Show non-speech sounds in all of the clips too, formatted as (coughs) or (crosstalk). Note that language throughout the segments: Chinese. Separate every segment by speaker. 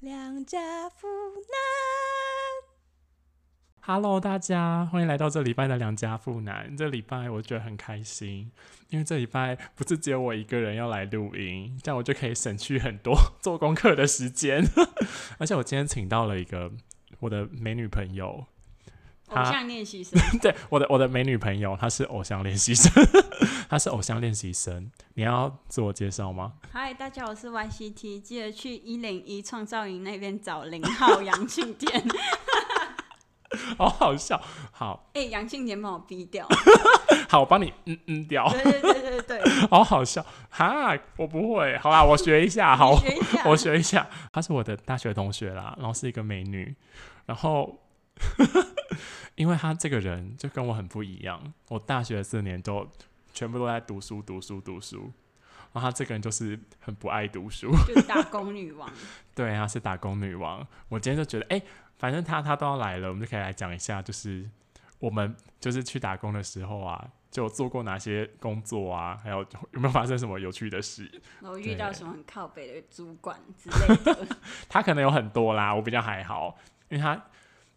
Speaker 1: 良家妇男。
Speaker 2: Hello，大家欢迎来到这礼拜的良家妇男。这礼拜我觉得很开心，因为这礼拜不是只有我一个人要来录音，这样我就可以省去很多 (laughs) 做功课的时间。 (laughs) 而且我今天请到了一个我的美女朋友， (laughs)
Speaker 3: 偶
Speaker 2: 他
Speaker 3: 像练
Speaker 2: (laughs)
Speaker 3: 习生，
Speaker 2: 对，我的我的美女朋友，她是偶像练习生， (laughs) 她是偶像练习生。你要自我介绍吗？ (laughs)
Speaker 3: 嗨，大家好，我是 YCT，记得去一零一创造营那边找零号杨庆典。
Speaker 2: (laughs) 好好笑，好
Speaker 3: 哎、杨庆典把我
Speaker 2: (laughs)
Speaker 3: 逼掉，
Speaker 2: 好，我帮你嗯嗯掉， (laughs)
Speaker 3: 对对对对对，
Speaker 2: 好好笑哈，我不会，好啦，我学一下，好
Speaker 3: 你，学一下。
Speaker 2: 我学一下，她是我的大学同学啦，然后是一个美女，然后 (laughs) 因为她这个人就跟我很不一样，我大学四年都全部都在读书读书读书，然后她这个人就是很不爱读书， (laughs)
Speaker 3: 就是打工女王，
Speaker 2: 对，她是打工女王。我今天就觉得，哎、反正她她都要来了，我们就可以来讲一下，就是我们就是去打工的时候啊，就做过哪些工作啊，还有有没有发生什么有趣的事？
Speaker 3: 然后遇
Speaker 2: 对
Speaker 3: 到什么很靠北的主管之类
Speaker 2: (laughs)
Speaker 3: 的。
Speaker 2: 她可能有很多啦，我比较还好，因为她，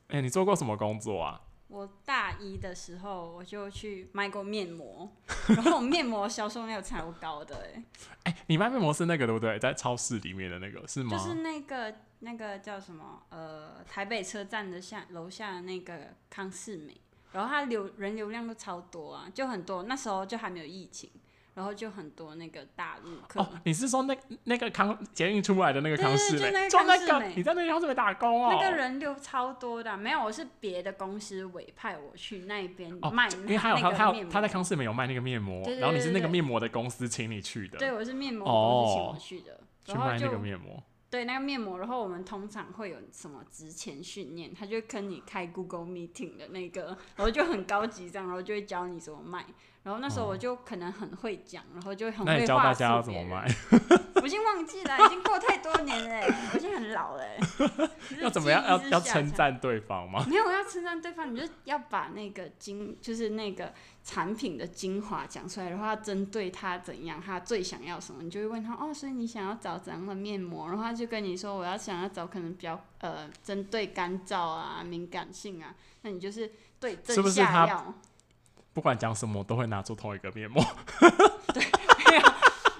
Speaker 2: 哎、你做过什么工作啊？
Speaker 3: 我大一的时候我就去卖过面膜，然后我面膜销售量超高的、哎，
Speaker 2: 哎、你卖面膜是那个对不对？在超市里面的那个是吗？
Speaker 3: 就是那个那个叫什么呃，台北车站的下楼下的那个康世美，然后它流人流量都超多啊，就很多。那时候就还没有疫情，然后就很多那个大陆客。
Speaker 2: 哦，你是说那那个康捷运出来的那个
Speaker 3: 对
Speaker 2: 康
Speaker 3: 对
Speaker 2: 世
Speaker 3: 就那
Speaker 2: 美，
Speaker 3: 个
Speaker 2: 就
Speaker 3: 康
Speaker 2: 那
Speaker 3: 世
Speaker 2: 个
Speaker 3: 美
Speaker 2: 你在那个康世美打工哦？
Speaker 3: 那个人流超多的啊、没有，我是别的公司委派我去那边
Speaker 2: 哦
Speaker 3: 卖、
Speaker 2: 因为他有
Speaker 3: 那
Speaker 2: 他
Speaker 3: 个
Speaker 2: 他有
Speaker 3: 面
Speaker 2: 他在
Speaker 3: 膜
Speaker 2: 康世美有卖那个面膜，
Speaker 3: 对对
Speaker 2: 然后你
Speaker 3: 对
Speaker 2: 是
Speaker 3: 对
Speaker 2: 那个
Speaker 3: 对
Speaker 2: 面膜的公司请你去的，
Speaker 3: 对，我是面膜
Speaker 2: 哦
Speaker 3: 公司请我去的，
Speaker 2: 去
Speaker 3: 然后
Speaker 2: 卖那
Speaker 3: 就
Speaker 2: 个面膜。
Speaker 3: 对那个面膜，然后我们通常会有什么职前训练，他就跟你开 Google Meeting 的那个，然后就很高级这样，然后就会教你怎么卖。然后那时候我就可能很会讲，然后就很
Speaker 2: 哦那你
Speaker 3: 会
Speaker 2: 教大
Speaker 3: 话
Speaker 2: 家要
Speaker 3: 术
Speaker 2: 怎么
Speaker 3: 别人。
Speaker 2: (laughs) 卖？
Speaker 3: (laughs) 我已经忘记了，已经过太多年了，我已经很
Speaker 2: (laughs)
Speaker 3: 老了。只是
Speaker 2: 要怎么样？要
Speaker 3: 记忆是
Speaker 2: 要
Speaker 3: 下
Speaker 2: 称
Speaker 3: 降
Speaker 2: 赞对方吗？
Speaker 3: (laughs) 没有要称赞对方，你就要把那个精，就是那个产品的精华讲出来的话，针对他怎样，他最想要什么，你就会问他哦，所以你想要找怎样的面膜？然后他就跟你说，我要想要找可能比较呃，针对干燥啊、敏感性啊，那你就是对
Speaker 2: 是不
Speaker 3: 症
Speaker 2: 是他
Speaker 3: 下药。
Speaker 2: 不管讲什么，都会拿出同一个面膜。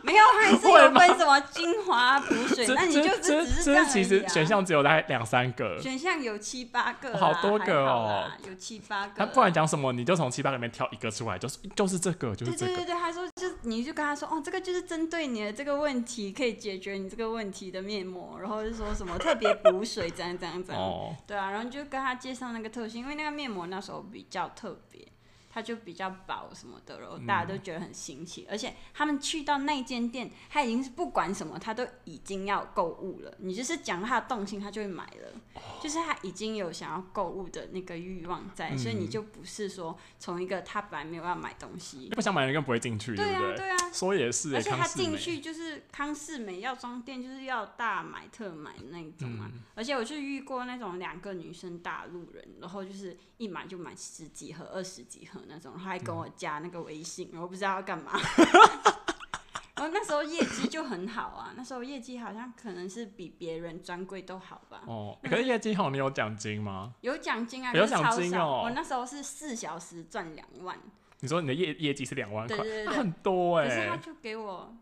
Speaker 3: 没有，还是
Speaker 2: 会
Speaker 3: 有
Speaker 2: 吗 (laughs)
Speaker 3: 分什么精华、补水，
Speaker 2: 这
Speaker 3: 那你就
Speaker 2: 这这
Speaker 3: 是只是
Speaker 2: 这
Speaker 3: 这样而已、啊。
Speaker 2: 其实选项只有大概两三个，
Speaker 3: 选项有七八个啦，
Speaker 2: 好多个
Speaker 3: 还好
Speaker 2: 哦
Speaker 3: 啦，有七八个。
Speaker 2: 他不管讲什么，你就从七八里面挑一个出来，就是就是这个，就是
Speaker 3: 对
Speaker 2: 这
Speaker 3: 对
Speaker 2: 个。
Speaker 3: 对对，他说就是你就跟他说哦，这个就是针对你的这个问题，可以解决你这个问题的面膜，然后就说什么特别补水，怎样怎样怎样。
Speaker 2: 哦，
Speaker 3: 对啊，然后你就跟他介绍那个特性，因为那个面膜那时候比较特别，它就比较薄什么的，然后大家
Speaker 2: 嗯
Speaker 3: 都觉得很新奇，而且他们去到那间店，他已经是不管什么，他都已经要购物了。你就是讲他的动性，他就会买了，
Speaker 2: 哦
Speaker 3: 就是他已经有想要购物的那个欲望在，所以你
Speaker 2: 嗯
Speaker 3: 就不是说从一个他本来没有要买东西
Speaker 2: 你，不想买的人更不会进去，
Speaker 3: 对
Speaker 2: 不
Speaker 3: 啊
Speaker 2: 对？
Speaker 3: 对啊，
Speaker 2: 说也是欸，
Speaker 3: 而且
Speaker 2: 康
Speaker 3: 他
Speaker 2: 世美
Speaker 3: 进去就是康世美药妆店，就是要大买特买的那一种嘛。
Speaker 2: 嗯
Speaker 3: 而且我就遇过那种两个女生大陆人，然后就是一买就买十几盒、二十几盒那种，然后还跟
Speaker 2: 嗯
Speaker 3: 我加那个微信，然后不知道要干嘛。 (laughs) 然后那时候业绩就很好啊，那时候业绩好像可能是比别人专柜都好吧。
Speaker 2: 哦，可是业绩好，你有奖金吗？
Speaker 3: 有奖金啊，
Speaker 2: 有
Speaker 3: 可是
Speaker 2: 奖
Speaker 3: 超
Speaker 2: 金
Speaker 3: 少
Speaker 2: 哦
Speaker 3: 我那时候是四小时赚两万，
Speaker 2: 你说你的业业绩是两万块
Speaker 3: 对对对，
Speaker 2: 那
Speaker 3: 对
Speaker 2: 很多
Speaker 3: 可是他
Speaker 2: 哎，
Speaker 3: 就给我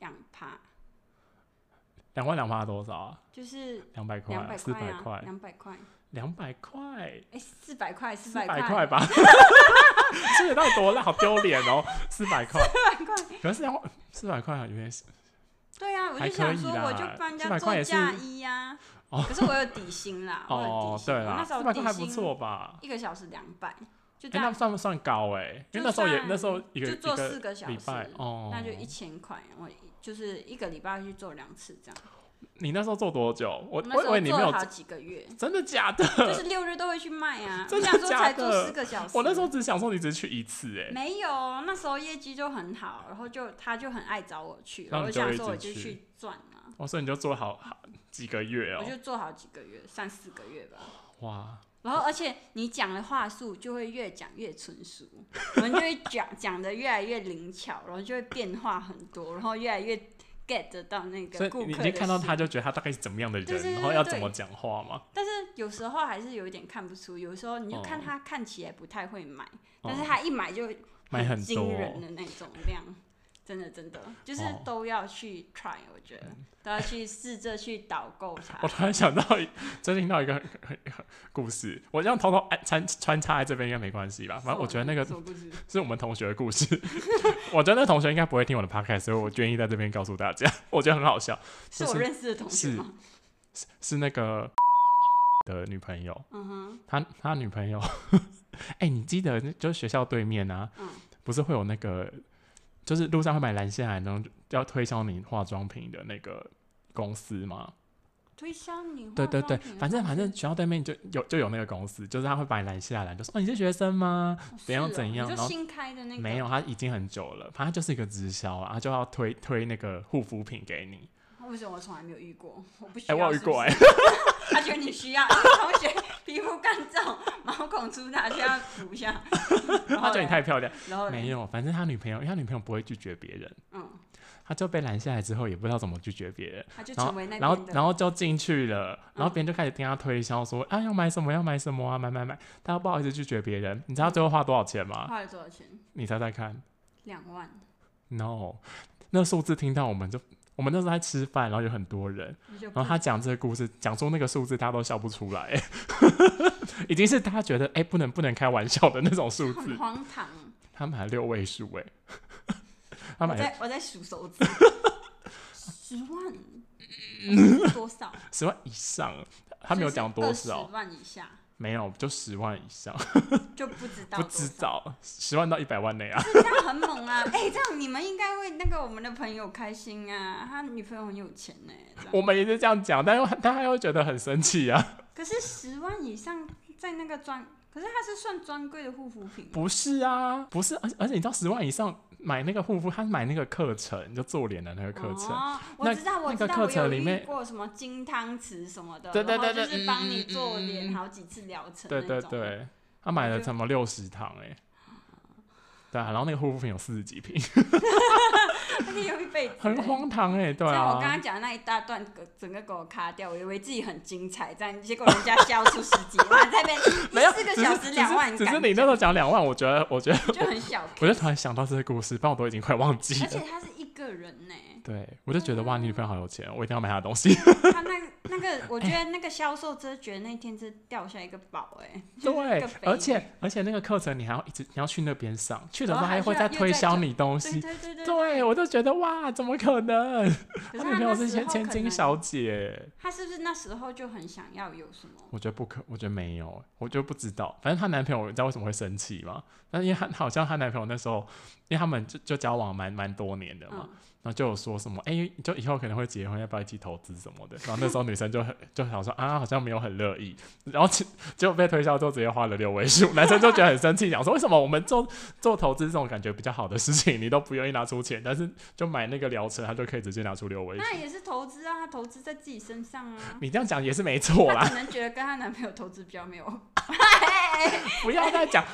Speaker 3: 两趴，
Speaker 2: 两万两趴多少啊？
Speaker 3: 就是
Speaker 2: 两百
Speaker 3: 两百
Speaker 2: 四百
Speaker 3: 啊
Speaker 2: 块，
Speaker 3: 两百块，
Speaker 2: 两百块，
Speaker 3: 哎，四百块，四
Speaker 2: 四百块
Speaker 3: 块，
Speaker 2: 吧？ (laughs) 这也到底多烂，好丢脸哦！四百块，
Speaker 3: 四百块，
Speaker 2: 可是两万四百块有点
Speaker 3: 对啊，我
Speaker 2: 还
Speaker 3: 就
Speaker 2: 可
Speaker 3: 想
Speaker 2: 以
Speaker 3: 说，
Speaker 2: 啦
Speaker 3: 我就帮人
Speaker 2: 400块
Speaker 3: 家做
Speaker 2: 也是
Speaker 3: 嫁衣呀、
Speaker 2: 哦
Speaker 3: 啊，可是我有底薪啦，我有
Speaker 2: (laughs) 哦
Speaker 3: 底，薪，
Speaker 2: 对
Speaker 3: 我
Speaker 2: 啦，
Speaker 3: 那时
Speaker 2: 四
Speaker 3: 候
Speaker 2: 百块还
Speaker 3: 底
Speaker 2: 不
Speaker 3: 薪
Speaker 2: 错吧？
Speaker 3: 一个小时两百，就这
Speaker 2: 哎，那
Speaker 3: 样，
Speaker 2: 算不算高哎？因为那时候也
Speaker 3: 就算
Speaker 2: 那时候一个
Speaker 3: 就做四
Speaker 2: 一
Speaker 3: 个小
Speaker 2: 礼拜
Speaker 3: 时，
Speaker 2: 哦，
Speaker 3: 那就一千块，我就是一个礼拜去做两次这样，
Speaker 2: 你那时候做多久？我
Speaker 3: 我那
Speaker 2: 我
Speaker 3: 时
Speaker 2: 以
Speaker 3: 候
Speaker 2: 为你没
Speaker 3: 做
Speaker 2: 有
Speaker 3: 了，好几个月，
Speaker 2: 真的假的？
Speaker 3: 就是六日都会去卖啊，
Speaker 2: (laughs) 真的
Speaker 3: 我想说
Speaker 2: 假
Speaker 3: 才
Speaker 2: 的
Speaker 3: 做四个小时，
Speaker 2: 我那时候只想说你只去一次哎、
Speaker 3: 没有，那时候业绩就很好，然后就他就很爱找我去，
Speaker 2: 然
Speaker 3: 然
Speaker 2: 后你
Speaker 3: 后我
Speaker 2: 就
Speaker 3: 想
Speaker 2: 一
Speaker 3: 说
Speaker 2: 直
Speaker 3: 我就
Speaker 2: 去
Speaker 3: 去赚啊，
Speaker 2: 我说你就做好好几个月哦
Speaker 3: 我、就做好几个月，三四个月吧。
Speaker 2: 哇，
Speaker 3: 然后而且你讲的话术就会越讲越纯
Speaker 2: (laughs)
Speaker 3: 熟，我们就会讲讲的越来越灵巧，然后就会变化很多，然后越来越 get 得到那
Speaker 2: 所
Speaker 3: 个
Speaker 2: 以
Speaker 3: 顾客
Speaker 2: 你已
Speaker 3: 的
Speaker 2: 经看到
Speaker 3: 心
Speaker 2: 他就觉得他大概是怎么样的人，
Speaker 3: 对对对
Speaker 2: 然后要
Speaker 3: 对
Speaker 2: 怎么讲话嘛。
Speaker 3: 但是有时候还是有一点看不出，有时候你就
Speaker 2: 哦
Speaker 3: 看他看起来不太会买，但是他一买就
Speaker 2: 买很
Speaker 3: 惊人
Speaker 2: 多
Speaker 3: 的那种量，真的真的就是
Speaker 2: 哦
Speaker 3: 都要去 try，我觉得都要去试着去导购它
Speaker 2: 我。突然想到一，最近听到一个很很很故事，我这样偷偷哎穿穿插在这边应该没关系吧？反正我觉得那个
Speaker 3: 什么故事
Speaker 2: 是我们同学的故事， (laughs) 我觉得那同学应该不会听我的 podcast，所以我愿意在这边告诉大家， (laughs) 我觉得很好笑，
Speaker 3: 是
Speaker 2: 就
Speaker 3: 我
Speaker 2: 是
Speaker 3: 认识的同学
Speaker 2: 是
Speaker 3: 吗？
Speaker 2: 是那个 (laughs) 的女朋友，
Speaker 3: 嗯哼，
Speaker 2: 他他女朋友， (laughs) 哎、你记得就是学校对面啊，
Speaker 3: 嗯
Speaker 2: 不是会有那个，就是路上会买蓝线啊海，然后要推销你化妆品的那个公司吗？
Speaker 3: 推销你化
Speaker 2: 对对对
Speaker 3: 妆品，的
Speaker 2: 反正
Speaker 3: 公
Speaker 2: 反正
Speaker 3: 司
Speaker 2: 学校对面就有就有那个公司，就是他会把你拦下来，就说、哦、你是学生吗？
Speaker 3: 哦
Speaker 2: 怎样
Speaker 3: 是哦
Speaker 2: 怎样
Speaker 3: 你
Speaker 2: 然
Speaker 3: 说
Speaker 2: 后
Speaker 3: 新开的那个
Speaker 2: 没有，，他已经很久了，反正就是一个直销啊，他就要推推那个护肤品给你。
Speaker 3: 为什么我从来没有遇过？ (laughs) 我不需
Speaker 2: 哎、
Speaker 3: 要
Speaker 2: 我有遇
Speaker 3: 是不
Speaker 2: 过
Speaker 3: 是
Speaker 2: 哎、
Speaker 3: (laughs) 他觉得你需要，因 (laughs) 为同学皮肤干燥，毛孔粗大，需要补一
Speaker 2: (laughs)
Speaker 3: 下。然
Speaker 2: 他
Speaker 3: 后
Speaker 2: 觉得你
Speaker 3: 嘞，
Speaker 2: 太漂亮。
Speaker 3: 然后嘞
Speaker 2: 没，有，反正他女朋友，因为他女朋友不会拒绝别人，
Speaker 3: 嗯，
Speaker 2: 他就被拦下来之后，也不知道怎么拒绝别人，
Speaker 3: 他就
Speaker 2: 然
Speaker 3: 成
Speaker 2: 后
Speaker 3: 为那
Speaker 2: 然后
Speaker 3: 边的
Speaker 2: 然后就进去了，
Speaker 3: 嗯
Speaker 2: 然后别人就开始跟他推销说、啊要买什么要买什么啊买买买，他不好意思拒绝别人，你知道他最后花多少钱吗？
Speaker 3: 花了多少钱？
Speaker 2: 你猜猜看。
Speaker 3: 两万，
Speaker 2: No，那数字听到我们就，我们那时候在吃饭，然后有很多人，
Speaker 3: 你就
Speaker 2: 然后他
Speaker 3: 不
Speaker 2: 讲这个故事，讲出那个数字，大家都笑不出来， (laughs) 已经是大家觉得哎、不能不能开玩笑的那种数
Speaker 3: 很
Speaker 2: 字。
Speaker 3: 荒唐。
Speaker 2: 他买了六位数哎、他
Speaker 3: 我
Speaker 2: 买了
Speaker 3: 在我在数
Speaker 2: (laughs)
Speaker 3: 手指，十万，多少？
Speaker 2: 十万以上，他没有讲多少
Speaker 3: 十，万以下
Speaker 2: 没有就十万以上，
Speaker 3: 就不知道，
Speaker 2: 不知，道十万到一百万内啊。
Speaker 3: 这样很猛啊！ (laughs) 哎，这样你们应该为那个我们的朋友开心啊，他女朋友很有钱呢。这样
Speaker 2: 我们也是这样讲，但是但他又觉得很生气啊。
Speaker 3: 可是十万以上在那个专，可是它是算专柜的护肤品吗，
Speaker 2: 不是啊，不是，而且而且你知道十万以上买那个护肤，他买那个课程，就做脸的那个课程。
Speaker 3: 哦、
Speaker 2: 那
Speaker 3: 我知道，我
Speaker 2: 那
Speaker 3: 知
Speaker 2: 个
Speaker 3: 道，
Speaker 2: 课程
Speaker 3: 我有
Speaker 2: 里面
Speaker 3: 遇过什么金汤匙什么的，
Speaker 2: 对对对对
Speaker 3: 然
Speaker 2: 嗯
Speaker 3: 后就是帮你做脸好几次疗程那
Speaker 2: 对
Speaker 3: 种。
Speaker 2: 对对，他买了
Speaker 3: 就啊
Speaker 2: 什么六十堂哎、对啊，然后那个护肤品有四十几
Speaker 3: (laughs)
Speaker 2: 瓶，
Speaker 3: 那个有一辈子欸
Speaker 2: 很。荒唐哎、对
Speaker 3: 像我刚
Speaker 2: 啊，
Speaker 3: 刚讲的那一大段，整个给我卡掉，我以为自己很精彩，这样结果人家笑出十几万，在那边
Speaker 2: (laughs) 没有，
Speaker 3: 四个
Speaker 2: 只是
Speaker 3: 小时两万，
Speaker 2: 只是，只是你那时候讲两万，我觉得，我觉得，
Speaker 3: 就很小看。
Speaker 2: 我就突然想到这个故事，但我都已经快忘记
Speaker 3: 而且
Speaker 2: 了。
Speaker 3: 他是一个人呢、
Speaker 2: 对，我就觉得哇，你女朋友好有钱，我一定要买她的东西。
Speaker 3: 他那个那个，我觉得那个销售真的觉得那天真掉下一个宝哎、就是一
Speaker 2: 对
Speaker 3: 个肥，
Speaker 2: 而且而且那个课程你还要一直你要去那边上，去的时
Speaker 3: 然
Speaker 2: 候
Speaker 3: 后还
Speaker 2: 还会
Speaker 3: 需要
Speaker 2: 再
Speaker 3: 又
Speaker 2: 推
Speaker 3: 再
Speaker 2: 销
Speaker 3: 转
Speaker 2: 你东
Speaker 3: 对
Speaker 2: 西。
Speaker 3: 对对对
Speaker 2: 对，我就觉得哇，怎么可能？
Speaker 3: 可
Speaker 2: 他
Speaker 3: 是
Speaker 2: 女朋
Speaker 3: 那
Speaker 2: 友
Speaker 3: 时
Speaker 2: 是
Speaker 3: 候
Speaker 2: 千千
Speaker 3: 可
Speaker 2: 金
Speaker 3: 能
Speaker 2: 小姐。
Speaker 3: 她是不是那时候就很想要有什么？
Speaker 2: 我觉得不可，我觉得没有，欸我就不知道。反正她男朋友，你知道为什么会生气吗？但因为她好像她男朋友那时候，因为他们就就交往蛮蛮多年的嘛，
Speaker 3: 嗯，
Speaker 2: 然后就有说什么，哎、就以后可能会结婚，要不要一起投资什么的。然后那时候女生就很就想说啊，好像没有很乐意。然后结结果被推销之后，直接花了六位数，男生就觉得很生气，想说为什么我们做做投资这种感觉比较好的事情，你都不愿意拿出钱，但是就买那个疗程，他就可以直接拿出六位数。
Speaker 3: 那也是投资啊，她投资在自己身上啊。
Speaker 2: 你这样讲也是没错啦
Speaker 3: 她，可能觉得跟她男朋友投资比较没有，
Speaker 2: 不要再讲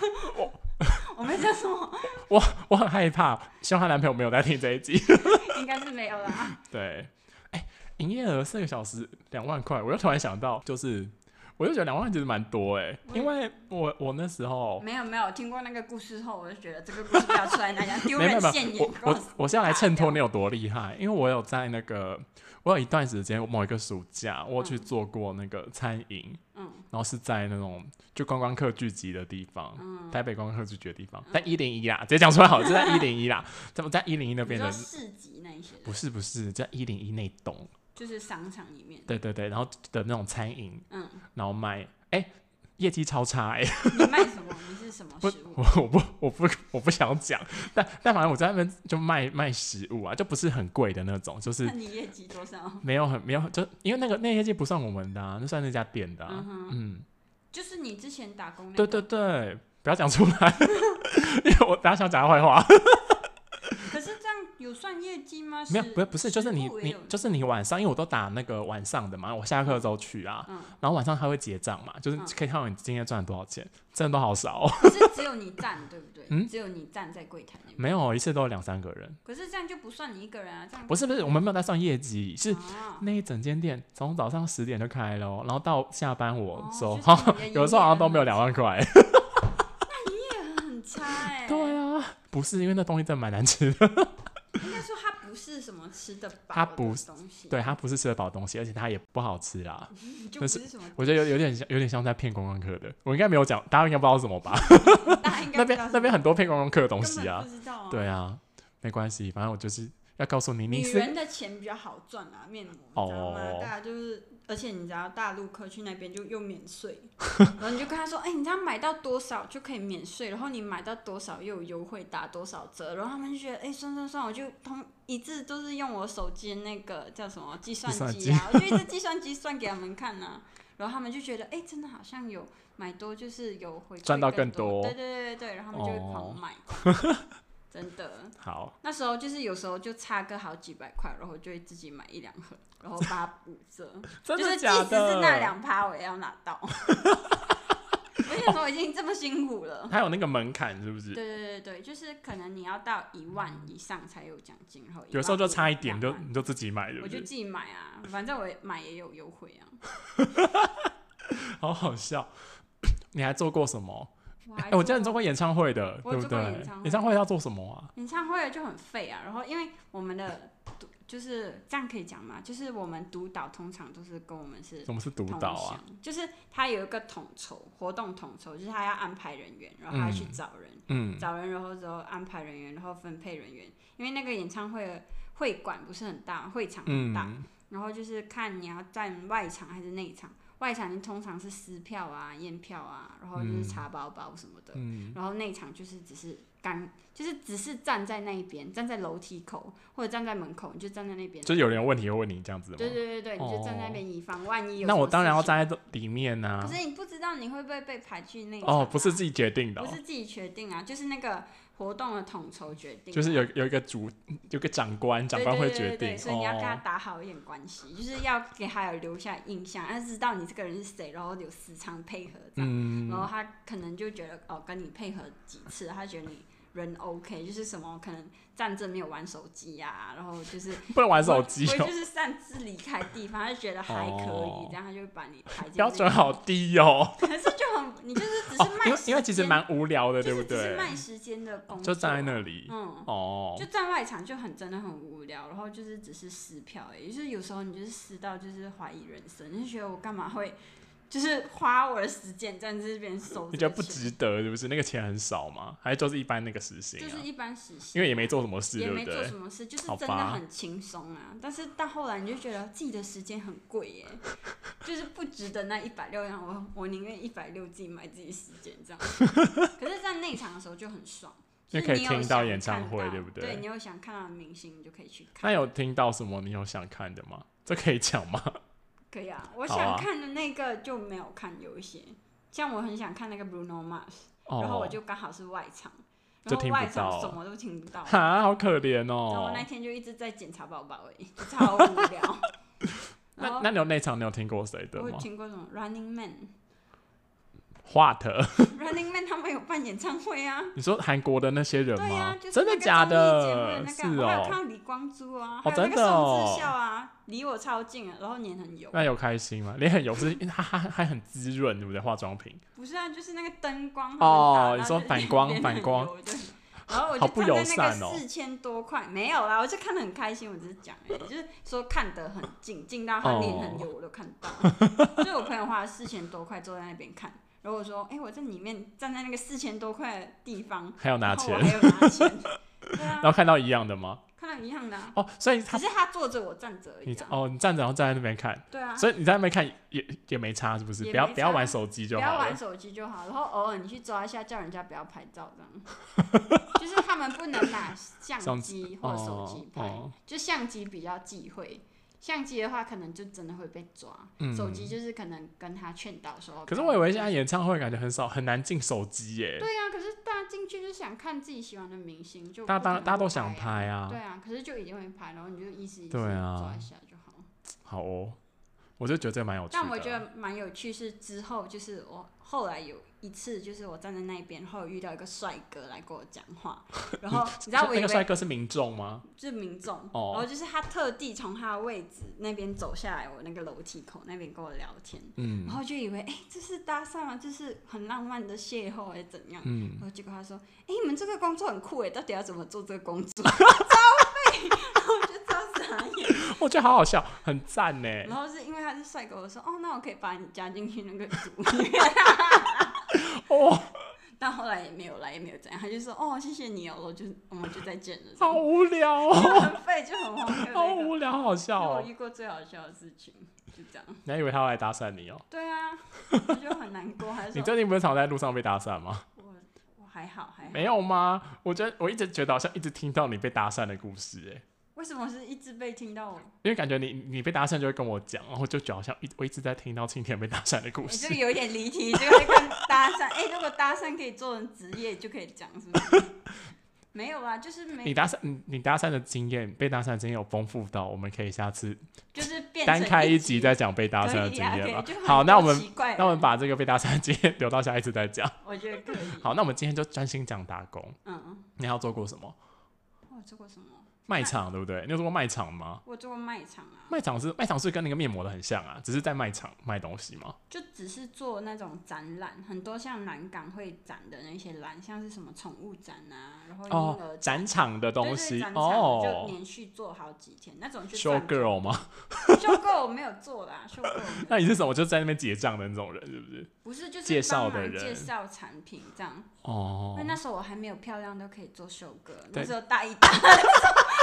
Speaker 3: 我没这说，
Speaker 2: 我我很害怕，希望她男朋友没有在听这一集。 (laughs)
Speaker 3: 应该是没有啦。
Speaker 2: 对，哎、营业额四个小时两万块，我又突然想到，就是我就觉得两万其实蛮多哎、
Speaker 3: 我也
Speaker 2: 因为我我那时候
Speaker 3: 没有没有，听过那个故事后，我就觉得这个故事不要出来，大家丢
Speaker 2: 没
Speaker 3: 人
Speaker 2: 办法
Speaker 3: 现，眼
Speaker 2: 我。
Speaker 3: 给
Speaker 2: 我
Speaker 3: 死
Speaker 2: 我是要来衬托
Speaker 3: 打
Speaker 2: 你有多厉害，因为我有在那个我有一段时间某一个暑假，我有去
Speaker 3: 嗯
Speaker 2: 做过那个餐饮，
Speaker 3: 掉。嗯
Speaker 2: 然后是在那种就观光客聚集的地方。
Speaker 3: 嗯，
Speaker 2: 台北观光客聚集的地方，在一零一啦，直接讲出来好了，就在一零一啦， (laughs) 怎么在一零一那
Speaker 3: 你
Speaker 2: 边的
Speaker 3: 说？市集那一些的，
Speaker 2: 不是不是，在一零一那栋，
Speaker 3: 就是商场里面。
Speaker 2: 对对对，然后的那种餐饮，
Speaker 3: 嗯，
Speaker 2: 然后卖，哎、业绩超差哎、
Speaker 3: 你卖什么？你是什么
Speaker 2: 不
Speaker 3: 食
Speaker 2: (laughs)
Speaker 3: 物？
Speaker 2: 我我不我不我不想讲，但但反正我在那边就卖卖食物啊，就不是很贵的那种，就是
Speaker 3: 那你业绩多少？
Speaker 2: 没有很没有很就因为那个那业绩不算我们的、啊，那算那家店的、啊
Speaker 3: 嗯，哼，
Speaker 2: 嗯，
Speaker 3: 就是你之前打工那
Speaker 2: 对
Speaker 3: 个。
Speaker 2: 对对， (laughs) 不要讲出来，因为我等下想讲他坏话，
Speaker 3: 可是这样有有算业绩吗？
Speaker 2: 没有，
Speaker 3: 食
Speaker 2: 不是不是，就是你
Speaker 3: 食物也
Speaker 2: 你
Speaker 3: 有
Speaker 2: 就是你晚上，因为我都打那个晚上的嘛，我下课之后去啊，
Speaker 3: 嗯
Speaker 2: 然后晚上他会结账嘛，就是
Speaker 3: 嗯
Speaker 2: 可以看到你今天赚了多少钱，真的都好少、哦， (laughs)
Speaker 3: 可是只有你站，对不对？
Speaker 2: 嗯
Speaker 3: 只有你站在柜台那边。
Speaker 2: 没有一次都有两三个人，
Speaker 3: 可是这样就不算你一个人啊，这样
Speaker 2: 不是不是，我们没有在算业绩，是
Speaker 3: 啊，
Speaker 2: 那一整间店从早上十点就开了哦、然后到下班我收，
Speaker 3: 哦就是你的营业
Speaker 2: 有时候好像都没有
Speaker 3: 额
Speaker 2: 两万块，
Speaker 3: 很差哎、
Speaker 2: (laughs) 对
Speaker 3: 啊，
Speaker 2: 啊，不是因为那东西真的蛮难吃的， (laughs)
Speaker 3: 应该说它不是什么吃的饱，
Speaker 2: 它不是
Speaker 3: 东西，
Speaker 2: 对，，它不是吃得饱的东西，而且它也不好吃啦，但
Speaker 3: 就不
Speaker 2: 是
Speaker 3: 是什么，
Speaker 2: 我觉得有有点像有点像在骗观光客的，我应该没有讲，大家应该不知道是什么吧？
Speaker 3: 大家应该
Speaker 2: 那
Speaker 3: 不知
Speaker 2: 边
Speaker 3: 道什么
Speaker 2: 那边很多骗观光客的东
Speaker 3: 根本
Speaker 2: 西啊
Speaker 3: 不，知道啊。
Speaker 2: 对啊，没关系，反正我就是要告诉你，你
Speaker 3: 女
Speaker 2: 是
Speaker 3: 人的钱比较好赚啊，面膜，
Speaker 2: 哦
Speaker 3: 你知道吗？大家就是，而且你知道大陆客去那边就又免税，
Speaker 2: (laughs)
Speaker 3: 然后你就跟他说，哎、你知道买到多少就可以免税，然后你买到多少又有优惠打多少折，然后他们就觉得，哎、算算算，我就通一致都是用我手机那个叫什么计算
Speaker 2: 计
Speaker 3: 机啊，我就一直计算机算给他们看啊，然后他们就觉得，哎、真的好像有买多就是有回馈
Speaker 2: 赚到
Speaker 3: 更
Speaker 2: 更多
Speaker 3: 对对对对对，然后他们就会
Speaker 2: 哦 (laughs)
Speaker 3: 狂买，真的。
Speaker 2: 好，
Speaker 3: 那时候就是有时候就差个好几百块，然后就会自己买一两盒，然后把它五折，
Speaker 2: (laughs) 真
Speaker 3: 就是
Speaker 2: 的
Speaker 3: 即
Speaker 2: 假
Speaker 3: 使
Speaker 2: 的？
Speaker 3: 是那两趴我也要拿到。 (laughs) 我想说我已经这么辛苦了。
Speaker 2: 它有那个门槛是不是？
Speaker 3: 对对对对，就是可能你要到一万以上才有奖金，然后
Speaker 2: 有时候就差一点就
Speaker 3: 1万
Speaker 2: 你就自己买，对
Speaker 3: 我
Speaker 2: 不
Speaker 3: 就
Speaker 2: 对
Speaker 3: 自？己买啊，反正我也买也有优惠啊。
Speaker 2: (laughs) 好好笑。 (coughs) 你还做过什么？
Speaker 3: 哇
Speaker 2: 哎、我记得你做过演唱会的，
Speaker 3: 我
Speaker 2: 对不对
Speaker 3: 做过演唱？会
Speaker 2: 演唱会要做什么啊？
Speaker 3: 演唱会就很废啊，然后因为我们的就是这样可以讲嘛，就是我们督导通常都是跟我们是
Speaker 2: 什么是督
Speaker 3: 同
Speaker 2: 导啊？
Speaker 3: 乡就是他有一个统筹活动统筹，就是他要安排人员，然后他要去
Speaker 2: 嗯
Speaker 3: 找人，
Speaker 2: 嗯，
Speaker 3: 找人，然后之后安排人员，然后分配人员。因为那个演唱会的会馆不是很大，会场很大，
Speaker 2: 嗯，
Speaker 3: 然后就是看你要站外场还是内场。外场你通常是撕票啊、验票啊，然后就是
Speaker 2: 嗯
Speaker 3: 查包包什么的。
Speaker 2: 嗯，
Speaker 3: 然后内场就是只是干，就是只是站在那一边，站在楼梯口或者站在门口，你就站在那边。
Speaker 2: 就有人有问题会问你这样子吗？哦
Speaker 3: 对对对对，你就站在那边，以防万一有。
Speaker 2: 那我当然要。站在里面呐、
Speaker 3: 可是你不知道你会不会被排去那、
Speaker 2: 啊
Speaker 3: 啊
Speaker 2: 哦，不是自己决定的哦、
Speaker 3: 不是自己决定啊，就是那个活动的统筹决定啊、
Speaker 2: 就是有有一个主，有个长官，长官会决
Speaker 3: 对对
Speaker 2: 定
Speaker 3: 对对所以你要跟他
Speaker 2: 哦。
Speaker 3: 打好一点关系，就是要给他有留下印象，他知道你这个人是谁，然后有时常配合这样，然后
Speaker 2: 嗯，
Speaker 3: 他可能就觉得哦跟你配合几次，他觉得你。人 OK，就是什么可能站着没有玩手机呀、然后就是
Speaker 2: 不能玩手机
Speaker 3: 会
Speaker 2: 哦
Speaker 3: (laughs) 就，是擅自离开地方，他就觉得还可以，
Speaker 2: 哦
Speaker 3: 这样他就会把你排进
Speaker 2: 标
Speaker 3: 这
Speaker 2: 准
Speaker 3: 个
Speaker 2: 好低哦。
Speaker 3: 可是就很你就是只是
Speaker 2: 哦，
Speaker 3: 卖时间、
Speaker 2: 因为因为其实蛮无聊的，
Speaker 3: 就
Speaker 2: 对
Speaker 3: 是
Speaker 2: 不
Speaker 3: 只是
Speaker 2: 对？
Speaker 3: 卖时间的工
Speaker 2: 就
Speaker 3: 作
Speaker 2: 站在那
Speaker 3: 啊
Speaker 2: 里。
Speaker 3: 嗯，
Speaker 2: 哦
Speaker 3: 就，站外场就很真的很无聊，然后就是只是撕票而已，就是有时候你就是撕到就是怀疑人生，你就觉得我干嘛会就是花我的时间在这边收，
Speaker 2: 你觉得不，值得是不是？那个钱很少吗？还是就是一般那个时薪
Speaker 3: 就
Speaker 2: 啊
Speaker 3: 是？一般实习，
Speaker 2: 因为也没做什么事，
Speaker 3: 也
Speaker 2: 对不
Speaker 3: 没做
Speaker 2: 对
Speaker 3: 什？么事，就是
Speaker 2: 好
Speaker 3: 真的
Speaker 2: 吧
Speaker 3: 很轻松啊。但是到后来你就觉得自己的时间很贵耶， (laughs) 就是不值得那一百六，让我我宁愿一百六自己买自己时间这样。可是，在内场的时候就很爽，
Speaker 2: 因为
Speaker 3: 就是
Speaker 2: 可以
Speaker 3: 你有
Speaker 2: 听到
Speaker 3: 想
Speaker 2: 演唱
Speaker 3: 看
Speaker 2: 会
Speaker 3: 到
Speaker 2: 对不对
Speaker 3: 对，你有想看到的明星，你就可以去看。
Speaker 2: 那有听到什么你有想看的
Speaker 3: (laughs)
Speaker 2: 吗？这可以讲吗？
Speaker 3: 可以啊，我
Speaker 2: 好啊
Speaker 3: 想看的那个就没有看，有一些像我很想看那个 Bruno Mars，、然后我
Speaker 2: 哦，
Speaker 3: 就刚好是外场，
Speaker 2: 就
Speaker 3: 然后
Speaker 2: 听不
Speaker 3: 外场
Speaker 2: 到
Speaker 3: 什么都听不到，
Speaker 2: 哈，好可怜
Speaker 3: 然后我
Speaker 2: 哦
Speaker 3: 那。天就一直在检查宝宝而已， (laughs) 就超无聊。然
Speaker 2: 那
Speaker 3: 后
Speaker 2: 那你有那场你有听过谁的
Speaker 3: 我有
Speaker 2: 吗
Speaker 3: 听过什么 Running Man，Running
Speaker 2: ？What？
Speaker 3: Man 他们有办演唱会啊，
Speaker 2: (laughs) 你说韩国的那些人
Speaker 3: 对
Speaker 2: 吗
Speaker 3: 啊，就？是
Speaker 2: 真
Speaker 3: 那
Speaker 2: 的
Speaker 3: 个
Speaker 2: 假
Speaker 3: 综
Speaker 2: 的
Speaker 3: 艺？
Speaker 2: 是
Speaker 3: 节目的那个，我还有
Speaker 2: 哦。
Speaker 3: 看到李光洙啊，
Speaker 2: 哦
Speaker 3: 还有那
Speaker 2: 真
Speaker 3: 个
Speaker 2: 的
Speaker 3: 宋
Speaker 2: 哦
Speaker 3: 智孝啊，离我超近啊，然后脸很油，
Speaker 2: 那有开心吗？脸很油，是它还还很滋润，对不对？化妆品
Speaker 3: 不是啊，就是那个灯光
Speaker 2: 哦
Speaker 3: 他们打
Speaker 2: 你说
Speaker 3: 到
Speaker 2: 反光
Speaker 3: 脸
Speaker 2: 反光
Speaker 3: 很油对然后我
Speaker 2: 好
Speaker 3: 就
Speaker 2: 不
Speaker 3: 站在
Speaker 2: 友
Speaker 3: 那
Speaker 2: 善
Speaker 3: 个
Speaker 2: 哦
Speaker 3: 四千多块，没有啦，我就看得很开心，我只是讲而已，就是说看得很近，近到他脸很油，我都看到。
Speaker 2: (laughs)
Speaker 3: 所以我朋友花了四千多块坐在那边看，然后我说，哎、我在里面站在那个四千多块的地方，
Speaker 2: 还有拿
Speaker 3: 然后我
Speaker 2: 钱，
Speaker 3: 还有拿钱，对啊
Speaker 2: (laughs) 然，后看到一样的吗？
Speaker 3: 看到一样的、啊，
Speaker 2: 哦，所以他
Speaker 3: 只是他坐着我站着而
Speaker 2: 你
Speaker 3: 已、啊，
Speaker 2: 哦，你站着然后站在那边看，
Speaker 3: 对啊，
Speaker 2: 所以你在那边看也也没差，是不是？
Speaker 3: 也
Speaker 2: 不要
Speaker 3: 没
Speaker 2: 不要
Speaker 3: 差
Speaker 2: 玩手机就
Speaker 3: 不要
Speaker 2: 好
Speaker 3: 玩
Speaker 2: 了。
Speaker 3: 手机就好，然后偶尔你去抓一下，叫人家不要拍照这
Speaker 2: (laughs)
Speaker 3: 样。就是他们不能拿相
Speaker 2: 相
Speaker 3: 机或手机拍，
Speaker 2: 哦哦
Speaker 3: 就相机比较忌讳。相机的话，可能就真的会被抓。
Speaker 2: 嗯
Speaker 3: 手机就是可能跟他劝导说。
Speaker 2: 可是我以为现在演唱会感觉很少很难进手机耶，
Speaker 3: 对啊，可是大家进去就想看自己喜欢的明星，就
Speaker 2: 大
Speaker 3: 不
Speaker 2: 大
Speaker 3: 可能
Speaker 2: 大家都
Speaker 3: 不
Speaker 2: 想
Speaker 3: 拍啊。
Speaker 2: 拍啊
Speaker 3: 对。啊，可是就一定会拍，然后你就意思意思
Speaker 2: 对啊
Speaker 3: 抓一下就好。
Speaker 2: 好哦，我就觉得这个蛮有趣的。啊
Speaker 3: 但我觉得蛮有趣，是之后就是我后来有一次，就是我站在那边，然后有遇到一个帅哥来跟我讲
Speaker 2: (laughs)
Speaker 3: 话，然后你知道我
Speaker 2: 那
Speaker 3: 以
Speaker 2: 个帅
Speaker 3: 为
Speaker 2: 哥是民众吗？
Speaker 3: 就是民众，
Speaker 2: 哦
Speaker 3: 然后就是他特地从他的位置那边走下来，我那个楼梯口那边跟我聊天，
Speaker 2: 嗯
Speaker 3: 然后就以为哎、这是搭讪吗？这是很浪漫的邂逅还是怎样？
Speaker 2: 嗯，
Speaker 3: 然后结果他说：“哎、你们这个工作很酷哎，到底要怎么做这个工
Speaker 2: (laughs)
Speaker 3: 作？” (laughs) 超废，然后我就超傻眼。
Speaker 2: (laughs) 我觉得好好笑，很赞呢。
Speaker 3: 然后是因为他是帅哥，我说：“哦，那我可以把你加进去那个组。
Speaker 2: 哦，”
Speaker 3: 但后来也没有来，也没有怎样，他就说：“哦，谢谢你哦，我就我们就再见了。”
Speaker 2: 好无聊哦，
Speaker 3: 很废，就很荒
Speaker 2: (laughs)
Speaker 3: 谬的一个。
Speaker 2: 好无聊，好好笑
Speaker 3: 这是我
Speaker 2: 哦。
Speaker 3: 遇过最好笑的事情，就这样。
Speaker 2: 你还以为他要来搭讪你哦？
Speaker 3: 对啊，我就很难过，还
Speaker 2: (laughs)
Speaker 3: 是
Speaker 2: 你
Speaker 3: 说
Speaker 2: 最近不是常在路上被搭讪吗？
Speaker 3: 我我还好还好。
Speaker 2: 没有吗？我觉得我一直觉得好像一直听到你被搭讪的故事，哎，
Speaker 3: 为什么是一直被听到我？
Speaker 2: 因为感觉你你被搭讪就会跟我讲，然后就觉得好像一我一直在听到青田被搭讪的故
Speaker 3: 我
Speaker 2: 事
Speaker 3: 就。有一点离题，哎这个跟搭讪， (laughs) 哎、如果搭讪可以做成职业，就可以讲，是不是？没有啊，就是
Speaker 2: (laughs) 你
Speaker 3: 没，
Speaker 2: 搭讪，你你搭讪的经验，被搭讪的经验有丰富到，我们可以下次
Speaker 3: 就是变成
Speaker 2: 单开一集
Speaker 3: 集
Speaker 2: 再讲被搭讪的经
Speaker 3: 可以
Speaker 2: 验
Speaker 3: 啊
Speaker 2: 吧
Speaker 3: 可以就。很
Speaker 2: 好，那我们
Speaker 3: 奇怪，
Speaker 2: 那我们把这个被搭讪的经验留到下一次再讲。
Speaker 3: 我觉得可以。
Speaker 2: 好，，那我们今天就专心讲打工。
Speaker 3: 嗯，
Speaker 2: 你还有做过什么？
Speaker 3: 我有做过什么？
Speaker 2: 卖场对不对？你有做过卖场吗？
Speaker 3: 我有做过卖场啊，
Speaker 2: 卖场是卖场是跟那个面膜的很像啊，只是在卖场卖东西吗？
Speaker 3: 就只是做那种展览，很多像南港会展的那些栏，像是什么宠物展啊，然后婴儿
Speaker 2: 哦，展场的
Speaker 3: 对
Speaker 2: 东
Speaker 3: 对
Speaker 2: 西
Speaker 3: 展场就
Speaker 2: 哦。
Speaker 3: 连续做好几天那种就
Speaker 2: Show girl 吗？
Speaker 3: 修购我没有做啦，修购我没有
Speaker 2: 那你是什么？就在那边结账的那种人是不是？
Speaker 3: 不是，就是
Speaker 2: 介绍
Speaker 3: 帮忙
Speaker 2: 的人
Speaker 3: 介绍产品这样。因
Speaker 2: 哦
Speaker 3: 为，那时候我还没有漂亮都可以做秀哥，
Speaker 2: 对
Speaker 3: 那时候大一
Speaker 2: (laughs)
Speaker 3: 大
Speaker 2: (laughs)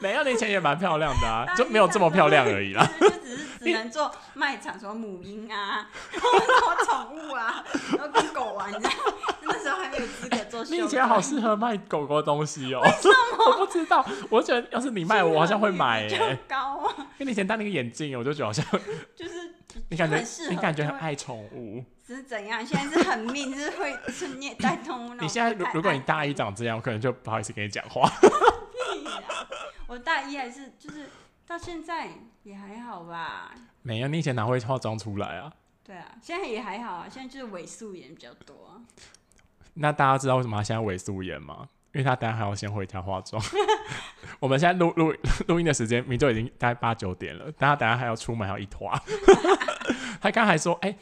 Speaker 2: 没有，你以前也蛮漂亮的
Speaker 3: (laughs)
Speaker 2: 啊，
Speaker 3: 大
Speaker 2: 就没有这么漂亮而已
Speaker 3: (laughs)
Speaker 2: 啦。
Speaker 3: 一大就只是只能做卖场，什么母婴啊，然后宠物啊，然后跟狗玩这样。那时候还没有资格做秀
Speaker 2: 你
Speaker 3: 哥。
Speaker 2: 以前好适合卖狗狗东西哦、 (laughs) 我不知道，我觉得要是你卖我，我好像会买欸耶、
Speaker 3: 就高啊，
Speaker 2: 因为你以前戴那个眼镜，我就觉得好像
Speaker 3: 就是
Speaker 2: 你感觉
Speaker 3: 很适合
Speaker 2: 你感觉
Speaker 3: 就
Speaker 2: 很
Speaker 3: 会
Speaker 2: 爱宠物。
Speaker 3: 是怎样？现在是很命，就是会是虐待动物那种。
Speaker 2: 你现在如
Speaker 3: 不太
Speaker 2: 如果
Speaker 3: 爱
Speaker 2: 你大一长这样，我可能就不好意思跟你讲话。 (laughs)
Speaker 3: 屁啦我大一还是就是到现在也还好吧。
Speaker 2: 没有，你以前哪会化妆出来啊？
Speaker 3: 对啊，现在也还好啊，现在就是伪素颜比较多、
Speaker 2: (laughs)
Speaker 3: 啊。
Speaker 2: 那大家知道为什么他现在伪素颜吗？因为他等下还要先回家化妆。 (laughs) 我们现在录录录音的时间，明就已经大概八九点了，但他等下还要出门，还要一拖。 (laughs) 他刚还说，哎、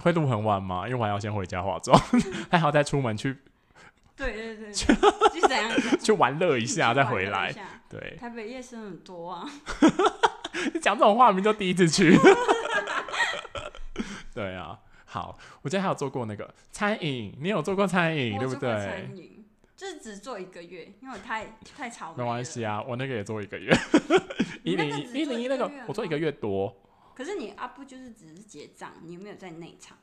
Speaker 2: 会录很晚吗？因为我还要先回家化妆， (laughs) 他还要再出门去
Speaker 3: 对对对对，就是怎样怎样
Speaker 2: 去玩乐一下，
Speaker 3: 去
Speaker 2: 再
Speaker 3: 玩
Speaker 2: 回
Speaker 3: 了一
Speaker 2: 来。
Speaker 3: 下
Speaker 2: 对，
Speaker 3: 台北夜市很多啊，
Speaker 2: 你讲这种话，明就第一次去。 (laughs) 对啊，好，我今天还有做过那个餐饮， (laughs) 你有做过餐饮
Speaker 3: 我
Speaker 2: 对不
Speaker 3: 做过
Speaker 2: 对？
Speaker 3: 餐饮，就是只做一个月，因为我太太吵。
Speaker 2: 没关系
Speaker 3: 啊，
Speaker 2: 啊，我那个也做一个月，一
Speaker 3: (laughs) 你那
Speaker 2: 零
Speaker 3: 个只做
Speaker 2: 一零一那个
Speaker 3: 一个月
Speaker 2: 我做一个月多，
Speaker 3: 可是你 up 就是只是结账，你有没有在内场？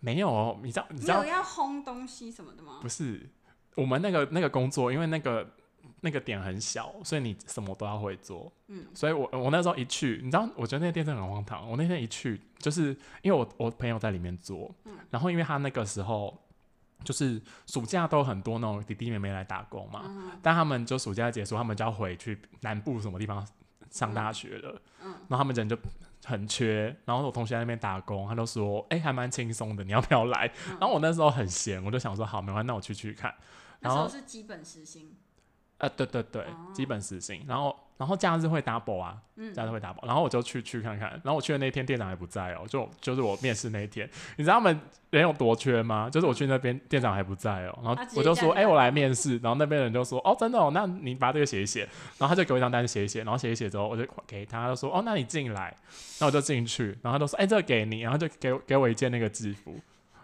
Speaker 2: 没有哦，你知道你
Speaker 3: 你
Speaker 2: 知道
Speaker 3: 有要烘东西什么的吗
Speaker 2: 不？是我们那个那个工作，因为那个那个点很小，所以你什么都要会做。
Speaker 3: 嗯，
Speaker 2: 所以我我那时候一去，你知道，我觉得那个店真的很荒唐。我那天一去，就是因为我我朋友在里面做，
Speaker 3: 嗯
Speaker 2: 然后因为他那个时候就是暑假都很多那种弟弟妹妹来打工嘛，
Speaker 3: 嗯
Speaker 2: 但他们就暑假结束，他们就要回去南部什么地方上大学了，
Speaker 3: 嗯，
Speaker 2: 然后他们人就很缺。然后我同学在那边打工，他就说：“哎、还蛮轻松的，你要不要来？”
Speaker 3: 嗯
Speaker 2: 然后我那时候很闲，我就想说：“好，没关系，那我去去看。”
Speaker 3: 那
Speaker 2: 然
Speaker 3: 时
Speaker 2: 后
Speaker 3: 候是基本时薪，
Speaker 2: 呃，对对对，
Speaker 3: 哦
Speaker 2: 基本时薪。然后然后假日会 double 啊，
Speaker 3: 嗯
Speaker 2: 假日会 double。然后我就去去看看，然后我去的那天店长还不在哦、就就是我面试那一天，你知道他们人有多缺吗？就是我去那边店长还不在哦、然后
Speaker 3: 他直接
Speaker 2: 我就说，
Speaker 3: 叫你
Speaker 2: 哎、我来面试。 (laughs) 然后那边人就说，哦，真的哦、那你把这个写一写。然后他就给我一张单子写一写，然后写一写之后，我就给他，他就说，哦，那你进来。那我就进去，然后他就说，哎、这个给你，然后就给我给我一件那个制服，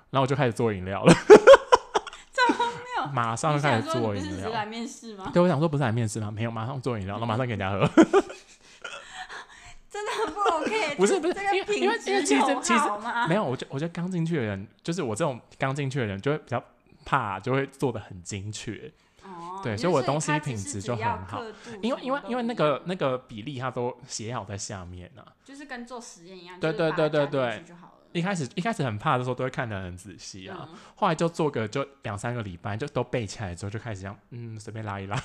Speaker 2: 然后我就开始做饮料了。 (laughs) 这
Speaker 3: 谬
Speaker 2: 马上就
Speaker 3: 你
Speaker 2: 开
Speaker 3: 想
Speaker 2: 始
Speaker 3: 说你
Speaker 2: 做
Speaker 3: 不
Speaker 2: 饮
Speaker 3: 是只
Speaker 2: 料
Speaker 3: 是。来面试
Speaker 2: (laughs)
Speaker 3: 吗？
Speaker 2: 对，我想说不是来面试吗？没有，马上做饮料，然后马上给人家
Speaker 3: (laughs)
Speaker 2: 喝。
Speaker 3: 真的很不 OK，
Speaker 2: 不是不是
Speaker 3: 这个
Speaker 2: 因为因为
Speaker 3: 品
Speaker 2: 因为
Speaker 3: 质
Speaker 2: 其实
Speaker 3: 有
Speaker 2: 其实
Speaker 3: 好
Speaker 2: (laughs)
Speaker 3: 吗？
Speaker 2: 没有，我觉我觉得刚进去的人，就是我这种刚进去的人，就会比较怕，就会做的很精确。
Speaker 3: 哦哦，
Speaker 2: 对
Speaker 3: 你
Speaker 2: 所以
Speaker 3: 就
Speaker 2: 我
Speaker 3: 是
Speaker 2: 东西
Speaker 3: 它只
Speaker 2: 品
Speaker 3: 是
Speaker 2: 质
Speaker 3: 只
Speaker 2: 就
Speaker 3: 要
Speaker 2: 很好
Speaker 3: 刻度
Speaker 2: 因为
Speaker 3: 什
Speaker 2: 因为
Speaker 3: 么
Speaker 2: 因为
Speaker 3: 都
Speaker 2: 那
Speaker 3: 一
Speaker 2: 个
Speaker 3: 样
Speaker 2: 那个比例它都写好在下面呢、
Speaker 3: 就是跟做实验一样，
Speaker 2: 对
Speaker 3: 就是
Speaker 2: 对
Speaker 3: 把
Speaker 2: 对
Speaker 3: 它
Speaker 2: 对
Speaker 3: 加进
Speaker 2: 对
Speaker 3: 去就好了。
Speaker 2: 一开始一开始很怕的时候都会看得很仔细啊，
Speaker 3: 嗯
Speaker 2: 后来就做个就两三个礼拜就都背起来之后就开始这样嗯随便拉一拉。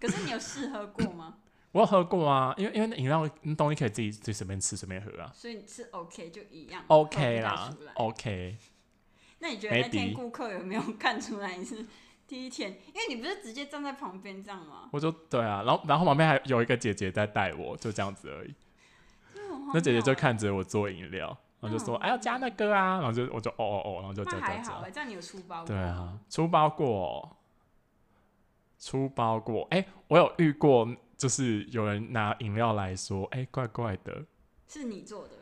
Speaker 3: 可是你有试喝过吗？
Speaker 2: 我有喝过啊，因为因为那饮料那东西可以自己自己随便吃随便喝啊
Speaker 3: 所以你吃 OK 就一样
Speaker 2: ，OK
Speaker 3: 喝
Speaker 2: 啦
Speaker 3: 不太出来
Speaker 2: ，OK。
Speaker 3: 那你觉得那天
Speaker 2: Maybe
Speaker 3: 顾客有没有 (laughs) 看出来你是第一天？因为你不是直接站在旁边这样吗？
Speaker 2: 我就对啊，然后然后旁边还有一个姐姐在带我，就这样子而已。那姐姐就看着我做饮料，然后就说：“
Speaker 3: 啊
Speaker 2: 哎、
Speaker 3: 嗯
Speaker 2: 要加那个啊。”然后就我就哦哦哦，然后就
Speaker 3: 那
Speaker 2: 加加
Speaker 3: 还好哎、
Speaker 2: 加。
Speaker 3: 这样你有出包
Speaker 2: 对
Speaker 3: 过
Speaker 2: 啊
Speaker 3: 吗，，
Speaker 2: 出包过，哦出包过。哎、我有遇过，就是有人拿饮料来说：“哎、怪怪的，
Speaker 3: 是你做的，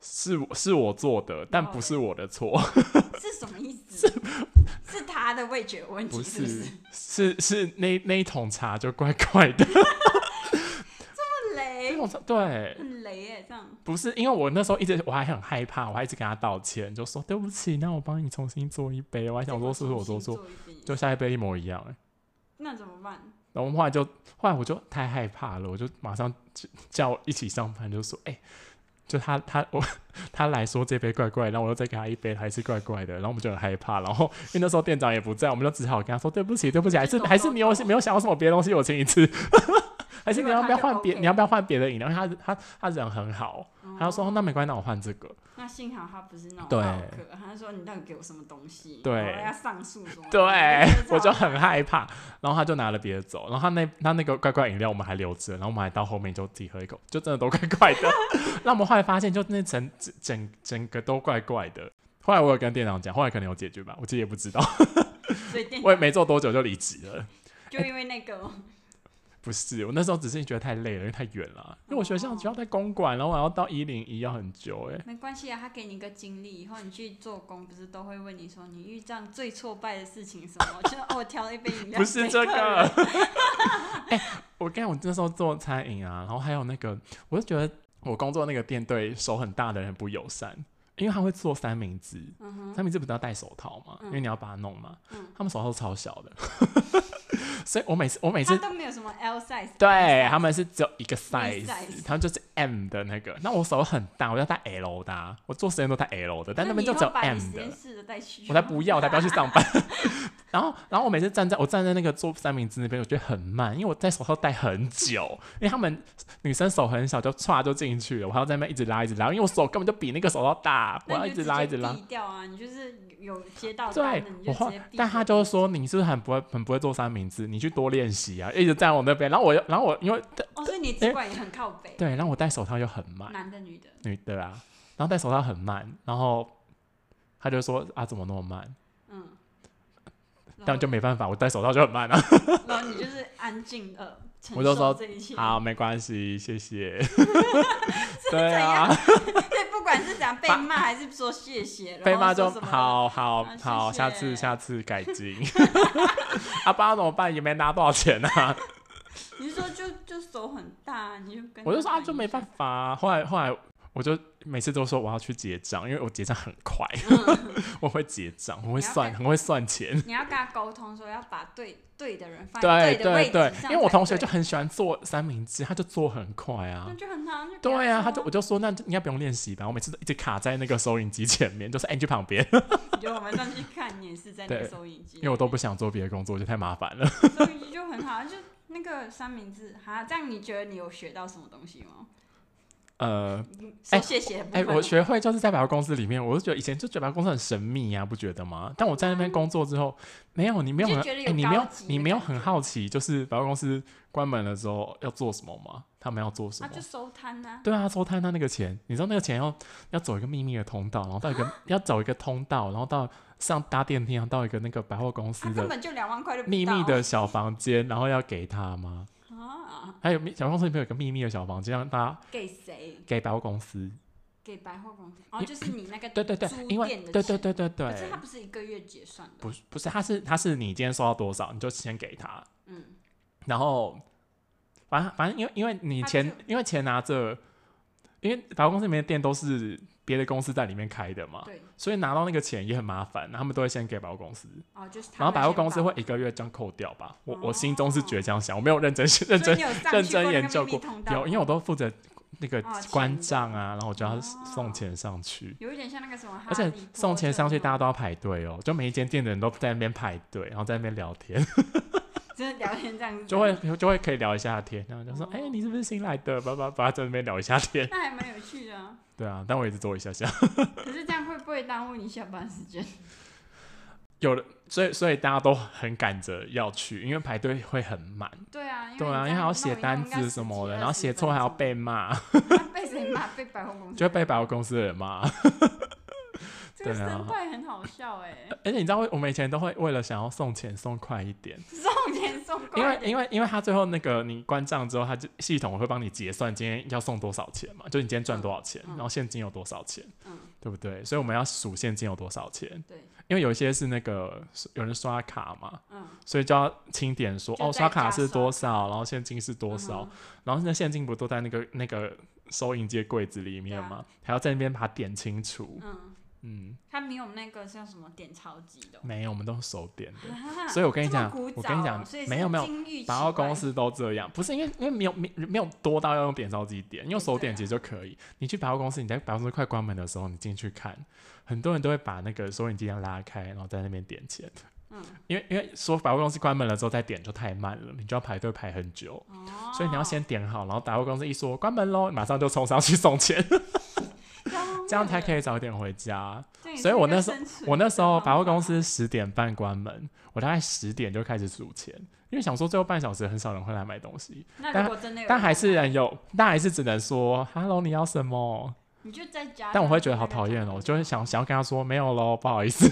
Speaker 2: 是我是我做的，但
Speaker 3: 然后
Speaker 2: 不
Speaker 3: 嘞
Speaker 2: 是我的错，
Speaker 3: 是什么意思？是他的味觉有问题，
Speaker 2: 不
Speaker 3: 是不
Speaker 2: 是
Speaker 3: 是？
Speaker 2: 是是那那一桶茶就怪怪的，
Speaker 3: 很
Speaker 2: 那
Speaker 3: 雷，
Speaker 2: 桶茶对。”
Speaker 3: 很雷哎、这样
Speaker 2: 不是，因为我那时候一直我还很害怕，我还一直跟他道歉，就说对不起，那我帮你重新做一杯。我还想说是不是我
Speaker 3: 重
Speaker 2: 做错，
Speaker 3: 新做一遍，
Speaker 2: 就下一杯一模一样、欸。
Speaker 3: 那怎么办？
Speaker 2: 然后后来就后来我就太害怕了，我就马上就叫我一起上班，就说哎、欸就他他我 (laughs) 他来说这杯怪怪，然后我又再给他一杯，还是怪怪的，然后我们就很害怕。然后因为那时候店长也不在，我们就只好跟他说对不起，对不起，还是
Speaker 3: 懂
Speaker 2: 还是你有
Speaker 3: 懂
Speaker 2: 没有想要什么别的东西，我请你吃。还是你要不要
Speaker 3: 结果他就
Speaker 2: 换别？
Speaker 3: OK
Speaker 2: 你要不要换别的饮料？因为他他他人很好，他就说、
Speaker 3: 哦
Speaker 2: 哦那没关系，那我换这个。
Speaker 3: 那幸好他不是那种
Speaker 2: 对
Speaker 3: 奥客，他说你到底给我什么东西？
Speaker 2: 对
Speaker 3: 我要上诉什么的？
Speaker 2: 对，我就
Speaker 3: 超
Speaker 2: 很害怕。然后他就拿了别的走，然后他那他那个怪怪饮料我们还留着，然后我们还到后面就自己喝一口，就真的都怪怪的。那我们后来发现，就那整整整整个都怪怪的。后来我有跟店长讲，后来可能有解决吧，我其实也不知道，
Speaker 3: 所以店
Speaker 2: 我也
Speaker 3: 长
Speaker 2: 没做多久就离职了。
Speaker 3: 就因为那个哦，
Speaker 2: 不是，我那时候只是觉得太累了，因为太远了，因为我学校学校在公馆，然后我要到一零一要很久、欸，
Speaker 3: 没关系啊，他给你一个经历，以后你去做工，不是都会问你说你遇到最挫败的事情是什么？ (laughs) 就是哦，我挑了一杯饮料，
Speaker 2: 不是
Speaker 3: 给
Speaker 2: 这
Speaker 3: 客
Speaker 2: 个。
Speaker 3: 人
Speaker 2: 哎、 (laughs) 我跟你讲我那时候做餐饮啊，然后还有那个，我就觉得我工作那个店对手很大的人不友善，因为他会做三明治，
Speaker 3: 嗯哼，
Speaker 2: 三明治不是要戴手套吗？因为你要把它弄嘛，
Speaker 3: 嗯
Speaker 2: 他们手套都超小的， (laughs) 所以我每次我每
Speaker 3: 他
Speaker 2: 次。
Speaker 3: 都没有什么 L size，
Speaker 2: 对他们是只有一个
Speaker 3: size
Speaker 2: size，他们就是 M 的那个。那我手很大，我要戴 L 的啊、我做实验都戴 L 的，但那边就
Speaker 3: 你以
Speaker 2: 只有
Speaker 3: 后把你
Speaker 2: M
Speaker 3: 实验
Speaker 2: 的。
Speaker 3: 室的带去，
Speaker 2: 我才不要，我才不要去上班。 (laughs) 然后，然后我每次站在我站在那个做三明治那边，我觉得很慢，因为我戴手套戴很久，因为他们女生手很小，就歘就进去了，我还要在那边一直拉一直拉，因为我手根本就比那个手套大，我
Speaker 3: 那
Speaker 2: 要
Speaker 3: 你
Speaker 2: 一
Speaker 3: 就
Speaker 2: 直拉一直
Speaker 3: 直接
Speaker 2: 拉
Speaker 3: 避。掉啊！你就是有接到单
Speaker 2: 对
Speaker 3: 的，你
Speaker 2: 我
Speaker 3: 就
Speaker 2: 后
Speaker 3: 直接避
Speaker 2: 但
Speaker 3: 掉
Speaker 2: 他就是说你是不是很不会很不会做三明治，你去多练习啊，一直站我那边。然后我又，然后我因为
Speaker 3: 哦，所以你主管也很靠北，
Speaker 2: 对，然后我戴手套又很慢，
Speaker 3: 男的女的，
Speaker 2: 女的啊，然后戴手套很慢，然后他就说啊怎么那么慢，
Speaker 3: 嗯，然
Speaker 2: 但
Speaker 3: 后
Speaker 2: 就没办法，我戴手套就很慢啊。
Speaker 3: 然后你就是安静的承
Speaker 2: 我就
Speaker 3: 受
Speaker 2: 说
Speaker 3: 这一 (laughs) 切，
Speaker 2: 好，没关系，谢
Speaker 3: (laughs)
Speaker 2: 谢。对啊，
Speaker 3: 所以不管是怎样被
Speaker 2: 把
Speaker 3: 骂还是说谢谢，
Speaker 2: 被
Speaker 3: 然后
Speaker 2: 骂就
Speaker 3: 说什么
Speaker 2: 好好
Speaker 3: 啊谢
Speaker 2: 好，下
Speaker 3: 谢
Speaker 2: 次下次改进。 (laughs) 啊，不然怎么办？也没拿多少钱
Speaker 3: (laughs)
Speaker 2: 啊！
Speaker 3: 你是说就就手很大，你就跟
Speaker 2: 我就说啊，
Speaker 3: 他
Speaker 2: 就没
Speaker 3: 反
Speaker 2: 办法啊。后来后来，我就每次都说我要去结账，因为我结账很快，
Speaker 3: 嗯
Speaker 2: (laughs) 我会结账，我会算，
Speaker 3: 你要
Speaker 2: 很会算钱。
Speaker 3: 应，你要跟他沟通说要把对对的人放在
Speaker 2: 对
Speaker 3: 的位
Speaker 2: 对
Speaker 3: 置
Speaker 2: 对
Speaker 3: 上，
Speaker 2: 因为我
Speaker 3: 才
Speaker 2: 同学
Speaker 3: 对
Speaker 2: 就很喜欢做三明治，他就做很快啊。
Speaker 3: 那就很好，那就
Speaker 2: 对
Speaker 3: 呀、
Speaker 2: 啊，他就我就说，那就应该不用练习吧。我每次都一直卡在那个收银机前面，就是哎、你去旁边，
Speaker 3: 我觉得我们上去看你也是在那个
Speaker 2: 对
Speaker 3: 收银机，
Speaker 2: 因为我都不想做别的工作，我觉得太麻烦了。 (laughs)
Speaker 3: 收银机就很好，就那个三明治哈，这样你觉得你有学到什么东西吗？
Speaker 2: 呃，
Speaker 3: 说
Speaker 2: 哎
Speaker 3: 谢谢的部
Speaker 2: 哎、
Speaker 3: 分吗，
Speaker 2: 我学会就是在百货公司里面，我就觉得以前就觉得百货公司很神秘呀、不觉得吗？但我在那边工作之后，没有你没有
Speaker 3: 嗯就
Speaker 2: 很
Speaker 3: 觉得
Speaker 2: 哎、
Speaker 3: 有
Speaker 2: 你没有
Speaker 3: 高级的
Speaker 2: 你没有
Speaker 3: 感觉
Speaker 2: 很好奇，就是百货公司关门了之后要做什么吗？他们要做什
Speaker 3: 他
Speaker 2: 么？
Speaker 3: 啊就收摊呐、
Speaker 2: 对啊，收摊他那个钱，你知道那个钱要要走一个秘密的通道，然后到一个要走一个通道，然后到上搭电梯，然后到一个那个百货公
Speaker 3: 他
Speaker 2: 司
Speaker 3: 根
Speaker 2: 的
Speaker 3: 本就两万块就不
Speaker 2: 秘密
Speaker 3: 到
Speaker 2: 的小房间，然后要给他吗？
Speaker 3: 啊，
Speaker 2: 还有秘小公司里面有一个秘密的小房间，让大家
Speaker 3: 给谁？
Speaker 2: 给百货公司。
Speaker 3: 给百货公司哦，就是你那个
Speaker 2: 对对对
Speaker 3: 租，
Speaker 2: 因为
Speaker 3: 店的
Speaker 2: 对对
Speaker 3: 钱
Speaker 2: 对对对
Speaker 3: 可，是他不是一个月结算的，
Speaker 2: 不是不是，他是他是你今天收到多少，你就先给他，
Speaker 3: 嗯，
Speaker 2: 然后反正反正因为因为你
Speaker 3: 他
Speaker 2: 钱
Speaker 3: 就
Speaker 2: 因为钱拿着，因为百货公司里面的店都是别的公司在里面开的嘛，
Speaker 3: 对，
Speaker 2: 所以拿到那个钱也很麻烦，他们都会先给百货公司，
Speaker 3: 哦，就是他
Speaker 2: 然后百货公司
Speaker 3: 们
Speaker 2: 会哎
Speaker 3: 先
Speaker 2: 一个月这样扣掉吧。我我
Speaker 3: 哦
Speaker 2: 心中是觉得这样想，我没有认真
Speaker 3: 报
Speaker 2: 认真
Speaker 3: 所以你有上去
Speaker 2: 认真
Speaker 3: 过那个
Speaker 2: 研究
Speaker 3: 秘密
Speaker 2: 过
Speaker 3: 通，道
Speaker 2: 有因为我都负责那个
Speaker 3: 哦钱
Speaker 2: 关
Speaker 3: 的
Speaker 2: 账啊，然后我就要
Speaker 3: 哦
Speaker 2: 送钱上去。
Speaker 3: 有一点像那个什么哈
Speaker 2: 而
Speaker 3: 利波特那
Speaker 2: 且
Speaker 3: 种，
Speaker 2: 送钱上去，大家都要排队哦，就每一间店的人都在那边排队，然后在那边聊天。
Speaker 3: (laughs) 就是聊天这样子，
Speaker 2: 就会就会可以聊一下天，然后就说
Speaker 3: 哦：“
Speaker 2: 哎、你是不是新来的？”叭叭叭，在那边聊一下天。 (laughs)
Speaker 3: 那还蛮有趣的啊。
Speaker 2: 对啊，但我也是做一下下。
Speaker 3: 可是这样会不会耽误你下班时间？
Speaker 2: 有的，所以所以大家都很赶着要去，因为排队会很满。
Speaker 3: 对啊，因为
Speaker 2: 对啊，
Speaker 3: 你
Speaker 2: 因为还
Speaker 3: 这样
Speaker 2: 要
Speaker 3: 弄
Speaker 2: 写
Speaker 3: 一弄
Speaker 2: 单
Speaker 3: 应该
Speaker 2: 子什么的，然后
Speaker 3: 10
Speaker 2: 写错还要
Speaker 3: 20 (laughs)
Speaker 2: 被骂， (laughs)
Speaker 3: 分钟被谁骂？被百货公司
Speaker 2: 就会被百货公司的人骂。 (laughs)
Speaker 3: 这个
Speaker 2: 对啊
Speaker 3: 生态很好笑
Speaker 2: (laughs)
Speaker 3: 哎，
Speaker 2: 而且你知道，我们以前都会为了想要送钱送快一点，
Speaker 3: 送钱送
Speaker 2: 因
Speaker 3: 快
Speaker 2: 为
Speaker 3: 一点，
Speaker 2: 因为因为他最后那个你关账之后，他就系统会帮你结算今天要送多少钱嘛，就你今天赚多少钱，
Speaker 3: 嗯嗯
Speaker 2: 然后现金有多少钱，
Speaker 3: 嗯
Speaker 2: 对不对？所以我们要数现金有多少钱。
Speaker 3: 对，
Speaker 2: 因为有一些是那个是有人刷卡嘛，
Speaker 3: 嗯，
Speaker 2: 所以就要清点说
Speaker 3: 就
Speaker 2: 哦，
Speaker 3: 在
Speaker 2: 刷卡
Speaker 3: 加
Speaker 2: 是
Speaker 3: 算
Speaker 2: 多少，然后现金是多少，
Speaker 3: 嗯哼
Speaker 2: 然后那现金不都在那个那个收银机的柜子里面
Speaker 3: 对啊
Speaker 2: 吗？还要在那边把它点清楚。
Speaker 3: 嗯，
Speaker 2: 嗯，
Speaker 3: 他没有那个叫什么点钞机的哦，
Speaker 2: 没有，我们都是手点的。
Speaker 3: 啊
Speaker 2: 所以我跟你
Speaker 3: 这么
Speaker 2: 讲
Speaker 3: 古
Speaker 2: 我跟你
Speaker 3: 早哦
Speaker 2: 讲
Speaker 3: 所以
Speaker 2: 没
Speaker 3: 是
Speaker 2: 有没有
Speaker 3: 金玉
Speaker 2: 百
Speaker 3: 其
Speaker 2: 货公
Speaker 3: 外
Speaker 2: 司都这样，不是因为因为没有没没有多到要用点钞机点，用手
Speaker 3: 对
Speaker 2: 点
Speaker 3: 啊
Speaker 2: 其实就可以。你去百货公司，你在百货公司快关门的时候，你进去看，很多人都会把那个收银机这样拉开，然后在那边点钱。
Speaker 3: 嗯，
Speaker 2: 因为因为说百货公司关门了之后再点就太慢了，你就要排队排很久，
Speaker 3: 哦，
Speaker 2: 所以你要先点好，然后百货公司一说关门喽，马上就冲上去送钱，这样才可
Speaker 3: 以。
Speaker 2: 以早点回家。
Speaker 3: 这也
Speaker 2: 所以
Speaker 3: 是
Speaker 2: 我
Speaker 3: 一个
Speaker 2: 那时候
Speaker 3: 生存
Speaker 2: 我那
Speaker 3: 的
Speaker 2: 时候
Speaker 3: 方
Speaker 2: 百货公
Speaker 3: 法
Speaker 2: 司十点半关门，我大概十点就开始数钱，因为想说最后半小时很少人会来买东西，
Speaker 3: 那
Speaker 2: 但
Speaker 3: 如果真的有人买，
Speaker 2: 但还是人有，但还是只能说 hello 你要什么，
Speaker 3: 你就在家，
Speaker 2: 但我会觉得好讨厌哦，我就会想想要跟他说没有喽，不好意
Speaker 3: 嗯
Speaker 2: 思，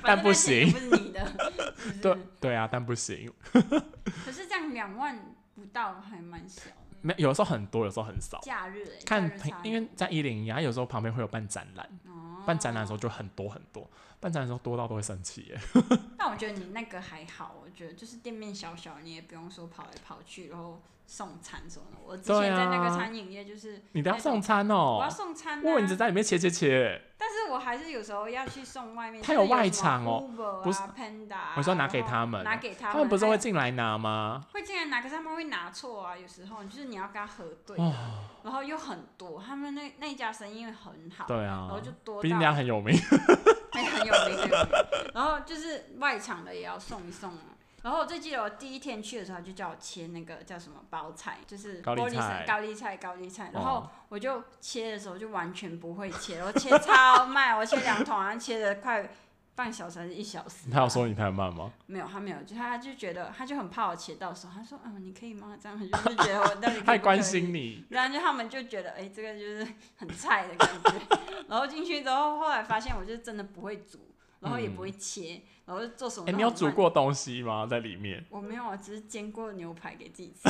Speaker 3: 反
Speaker 2: 但
Speaker 3: 正
Speaker 2: 不
Speaker 3: 那钱也
Speaker 2: 行
Speaker 3: 不是你的，是不是
Speaker 2: (laughs) 对对啊，但不行，
Speaker 3: 可是这样两万不到还蛮小的，
Speaker 2: 没有时候很多，有时候很少。
Speaker 3: 假日哎，
Speaker 2: 看
Speaker 3: 假日
Speaker 2: 平
Speaker 3: 差，
Speaker 2: 因为在一零一，啊它有时候旁边会有办展览，
Speaker 3: 哦
Speaker 2: 办展览的时候就很多很多，办展览的时候多到都会生气耶。 (laughs)
Speaker 3: 但我觉得你那个还好，我觉得就是店面小小，你也不用说跑来跑去，然后送餐什么的。我之前
Speaker 2: 对啊
Speaker 3: 在那个餐饮业就是
Speaker 2: 你都要送餐哦、
Speaker 3: 我要送餐、
Speaker 2: 哇，你只
Speaker 3: 啊，
Speaker 2: 在里面切切切，
Speaker 3: 但是我还是有时候要去送外面。
Speaker 2: 他
Speaker 3: 就是
Speaker 2: 有外
Speaker 3: 什么
Speaker 2: 场哦
Speaker 3: Uber 啊、
Speaker 2: 不是
Speaker 3: Panda，啊
Speaker 2: 我说拿给
Speaker 3: 然后
Speaker 2: 他们
Speaker 3: 拿给他
Speaker 2: 他
Speaker 3: 们，
Speaker 2: 们不是
Speaker 3: 还
Speaker 2: 会
Speaker 3: 有
Speaker 2: 进来拿吗？
Speaker 3: 会进来拿，可是他们会拿错啊，有时候就是你要跟他核对，
Speaker 2: 哦，
Speaker 3: 然后又很多，他们那那一家生意很好，
Speaker 2: 对
Speaker 3: 然
Speaker 2: 啊
Speaker 3: 后，就多
Speaker 2: 毕竟
Speaker 3: 到
Speaker 2: 人家很有名， (laughs)
Speaker 3: (laughs) 哎，很有名，很有名。然后就是外场的也要送一送啊。然后我最记得我第一天去的时候，他就叫我切那个叫什么包菜，就是
Speaker 2: 高丽
Speaker 3: 玻璃
Speaker 2: 菜
Speaker 3: 菜、高丽菜、高丽菜。然
Speaker 2: 哦
Speaker 3: 后我就切的时候就完全不会切，我切超慢，我切两桶，然后切了快半小时还是一小时吧。啊
Speaker 2: 他有说你太慢
Speaker 3: (laughs)
Speaker 2: 吗？
Speaker 3: 没有，他没有，就他就觉得他就很怕我切到手，他说嗯你可以吗？这样他就是觉得我到底可以不
Speaker 2: (laughs)
Speaker 3: 可
Speaker 2: 太
Speaker 3: 以
Speaker 2: 关心你，
Speaker 3: 然后就他们就觉得，哎、这个就是很菜的感觉。 (laughs) 然后进去之后，后来发现我就真的不会煮，然后也不会切，然后就做什么、
Speaker 2: 哎、你有煮？过东西吗？在里面，
Speaker 3: 我没有，我只是煎过牛排给自己吃。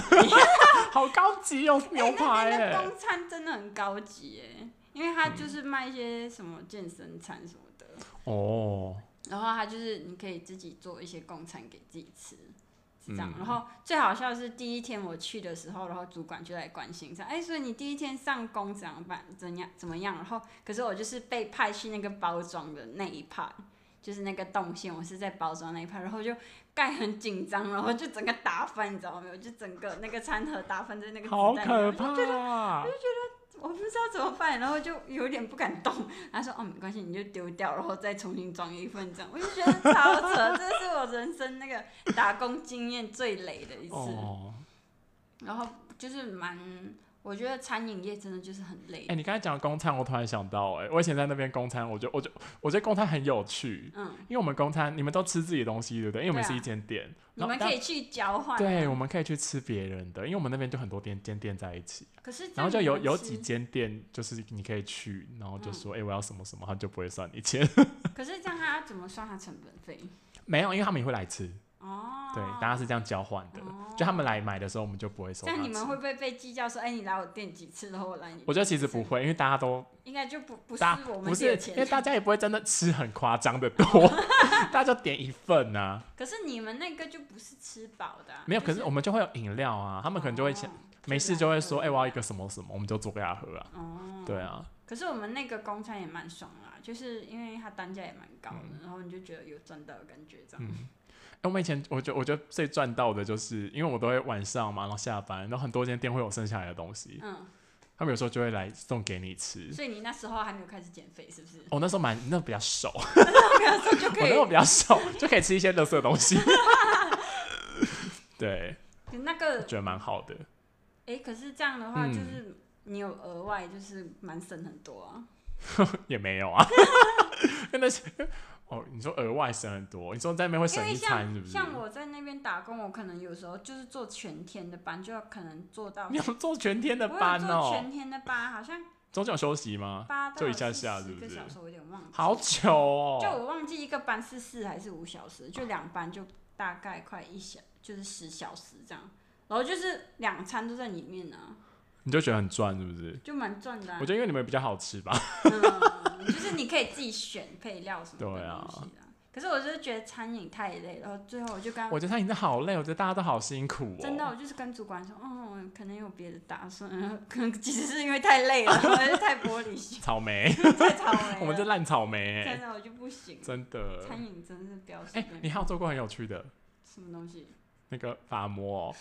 Speaker 2: 好高级哦，牛排 (laughs)
Speaker 3: 那
Speaker 2: 哎、嗯
Speaker 3: 东餐真的很高级哎，因为它就是卖一些什么健身餐什么的，
Speaker 2: 哦，
Speaker 3: 然后它就是你可以自己做一些供餐给自己吃。是这样
Speaker 2: 嗯，
Speaker 3: 然后最好笑的是第一天我去的时候，然后主管就来关心说：“哎，所以你第一天上工怎样办？怎样怎么样？”然后可是我就是被派去那个包装的那一 part，就是那个动线，我是在包装那一 part，然后就盖很紧张，然后就整个打翻，你知道没有？就整个那个餐盒打翻在那个纸
Speaker 2: 好
Speaker 3: 袋里
Speaker 2: 可
Speaker 3: 面
Speaker 2: 怕啊！
Speaker 3: 我不知道怎么办，然后就有点不敢动。 (laughs) 他说：“哦，没关系，你就丢掉，然后再重新装一份这样。”我就觉得超扯，这是我人生那个打工经验最累的一次。
Speaker 2: 哦，
Speaker 3: 然后就是蛮，我觉得餐饮业真的就是很累。
Speaker 2: 哎、你刚才讲公餐，我突然想到、哎，我以前在那边公餐，我就我就我觉得公餐很有趣，
Speaker 3: 嗯，
Speaker 2: 因为我们公餐，你们都吃自己的东西，对不对？因为我们
Speaker 3: 对啊
Speaker 2: 是一间店，
Speaker 3: 你们
Speaker 2: 然后
Speaker 3: 可以去交换。啊
Speaker 2: 对，我们可以去吃别人的，因为我们那边就很多店间店在一起，
Speaker 3: 可是这样
Speaker 2: 然后就有
Speaker 3: 你们
Speaker 2: 有
Speaker 3: 吃
Speaker 2: 几间店就是你可以去，然后就说，哎、我要什么什么，他就不会算你钱，
Speaker 3: 可是这样他怎么算他成本费？
Speaker 2: 没有，因为他们也会来吃，
Speaker 3: 哦，
Speaker 2: 对，大家是这样交换的，就他们来买的时候，我们就不会收
Speaker 3: 这
Speaker 2: 他
Speaker 3: 样你们会
Speaker 2: 钱。
Speaker 3: 不会被计较说，哎，你来我店几次，然后我来你？
Speaker 2: 我觉得其实不，会，因为大家都
Speaker 3: 应该就不不是
Speaker 2: 大
Speaker 3: 我
Speaker 2: 不
Speaker 3: 们自
Speaker 2: 是
Speaker 3: 己的，钱
Speaker 2: 因为大家也不会真的吃很夸张的多， (laughs) 大家就点一份啊，
Speaker 3: 可是你们那个就不是吃饱的啊、哦
Speaker 2: 没有，
Speaker 3: 就
Speaker 2: 可是我们就会有饮料啊，他们可能就会想
Speaker 3: 哦，
Speaker 2: 没事就会说，哎、我要一个什么什么，我们就做给他喝啊。
Speaker 3: 哦，
Speaker 2: 对。啊，
Speaker 3: 可是我们那个公餐也蛮爽啦，就是因为它单价也蛮高
Speaker 2: 嗯
Speaker 3: 的，然后你就觉得有赚到的感觉这样。
Speaker 2: 哎、我们以前我觉得我觉得最赚到的就是，因为我都会晚上嘛，然后下班，然后很多间店会有剩下来的东西，
Speaker 3: 嗯，
Speaker 2: 他们有时候就会来送给你吃。
Speaker 3: 所以你那时候还没有开始减肥，是
Speaker 2: (laughs)
Speaker 3: 不是？
Speaker 2: 我、那时候蛮那比较瘦，我
Speaker 3: 那时候就可
Speaker 2: 那时候比
Speaker 3: 以。
Speaker 2: 较瘦，就可以吃一些垃圾的东西。 (laughs) 对，
Speaker 3: 那个
Speaker 2: 觉得蛮好的。
Speaker 3: 哎、可是这样的话，
Speaker 2: 嗯
Speaker 3: 就是你有额外，就是蛮省很多啊。
Speaker 2: 也没有啊， (laughs) 真的是哦。你说额外省很多，你说在那边会
Speaker 3: 因
Speaker 2: 省
Speaker 3: 为
Speaker 2: 一餐是
Speaker 3: 像
Speaker 2: 不是？
Speaker 3: 像我在那边打工，我可能有时候就是做全天的班，就要可能做到。
Speaker 2: (laughs) 你有做全天的
Speaker 3: 我有
Speaker 2: 班
Speaker 3: 做
Speaker 2: 哦、
Speaker 3: 全天的班，好像
Speaker 2: 中间有休息吗？
Speaker 3: 八到
Speaker 2: 就一下下是
Speaker 3: 十
Speaker 2: 不
Speaker 3: 个
Speaker 2: 是
Speaker 3: 小时，我有点忘记。
Speaker 2: 好久哦、
Speaker 3: 就我忘记一个班是四还是五小时，就两班就大概快一小，就是十小时这样。然后就是两餐都在里面呢、啊，
Speaker 2: 你就觉得很赚是不是？
Speaker 3: 就蛮赚的、啊。
Speaker 2: 我觉得因为你们比较好吃吧，
Speaker 3: 嗯，就是你可以自己选配料什么
Speaker 2: 对
Speaker 3: 的
Speaker 2: 啊
Speaker 3: 东西啊。可是我就是觉得餐饮太累，然后最后我就跟
Speaker 2: 我觉得他已经好累，我觉得大家都好辛苦哦、
Speaker 3: 嗯真的，我就是跟主管说，哦，可能有别的打算， (laughs) 然后可能其实是因为太累了， (laughs) 还是太玻璃心，
Speaker 2: 草莓，
Speaker 3: 太草莓了。
Speaker 2: (laughs) 我们这烂草莓、
Speaker 3: 真
Speaker 2: 欸，
Speaker 3: 的我就不行，
Speaker 2: 真的。
Speaker 3: 餐饮真是不要
Speaker 2: 哎、
Speaker 3: 随便
Speaker 2: 你还有做过很有趣的
Speaker 3: 什么东西。
Speaker 2: 那个法模、哦。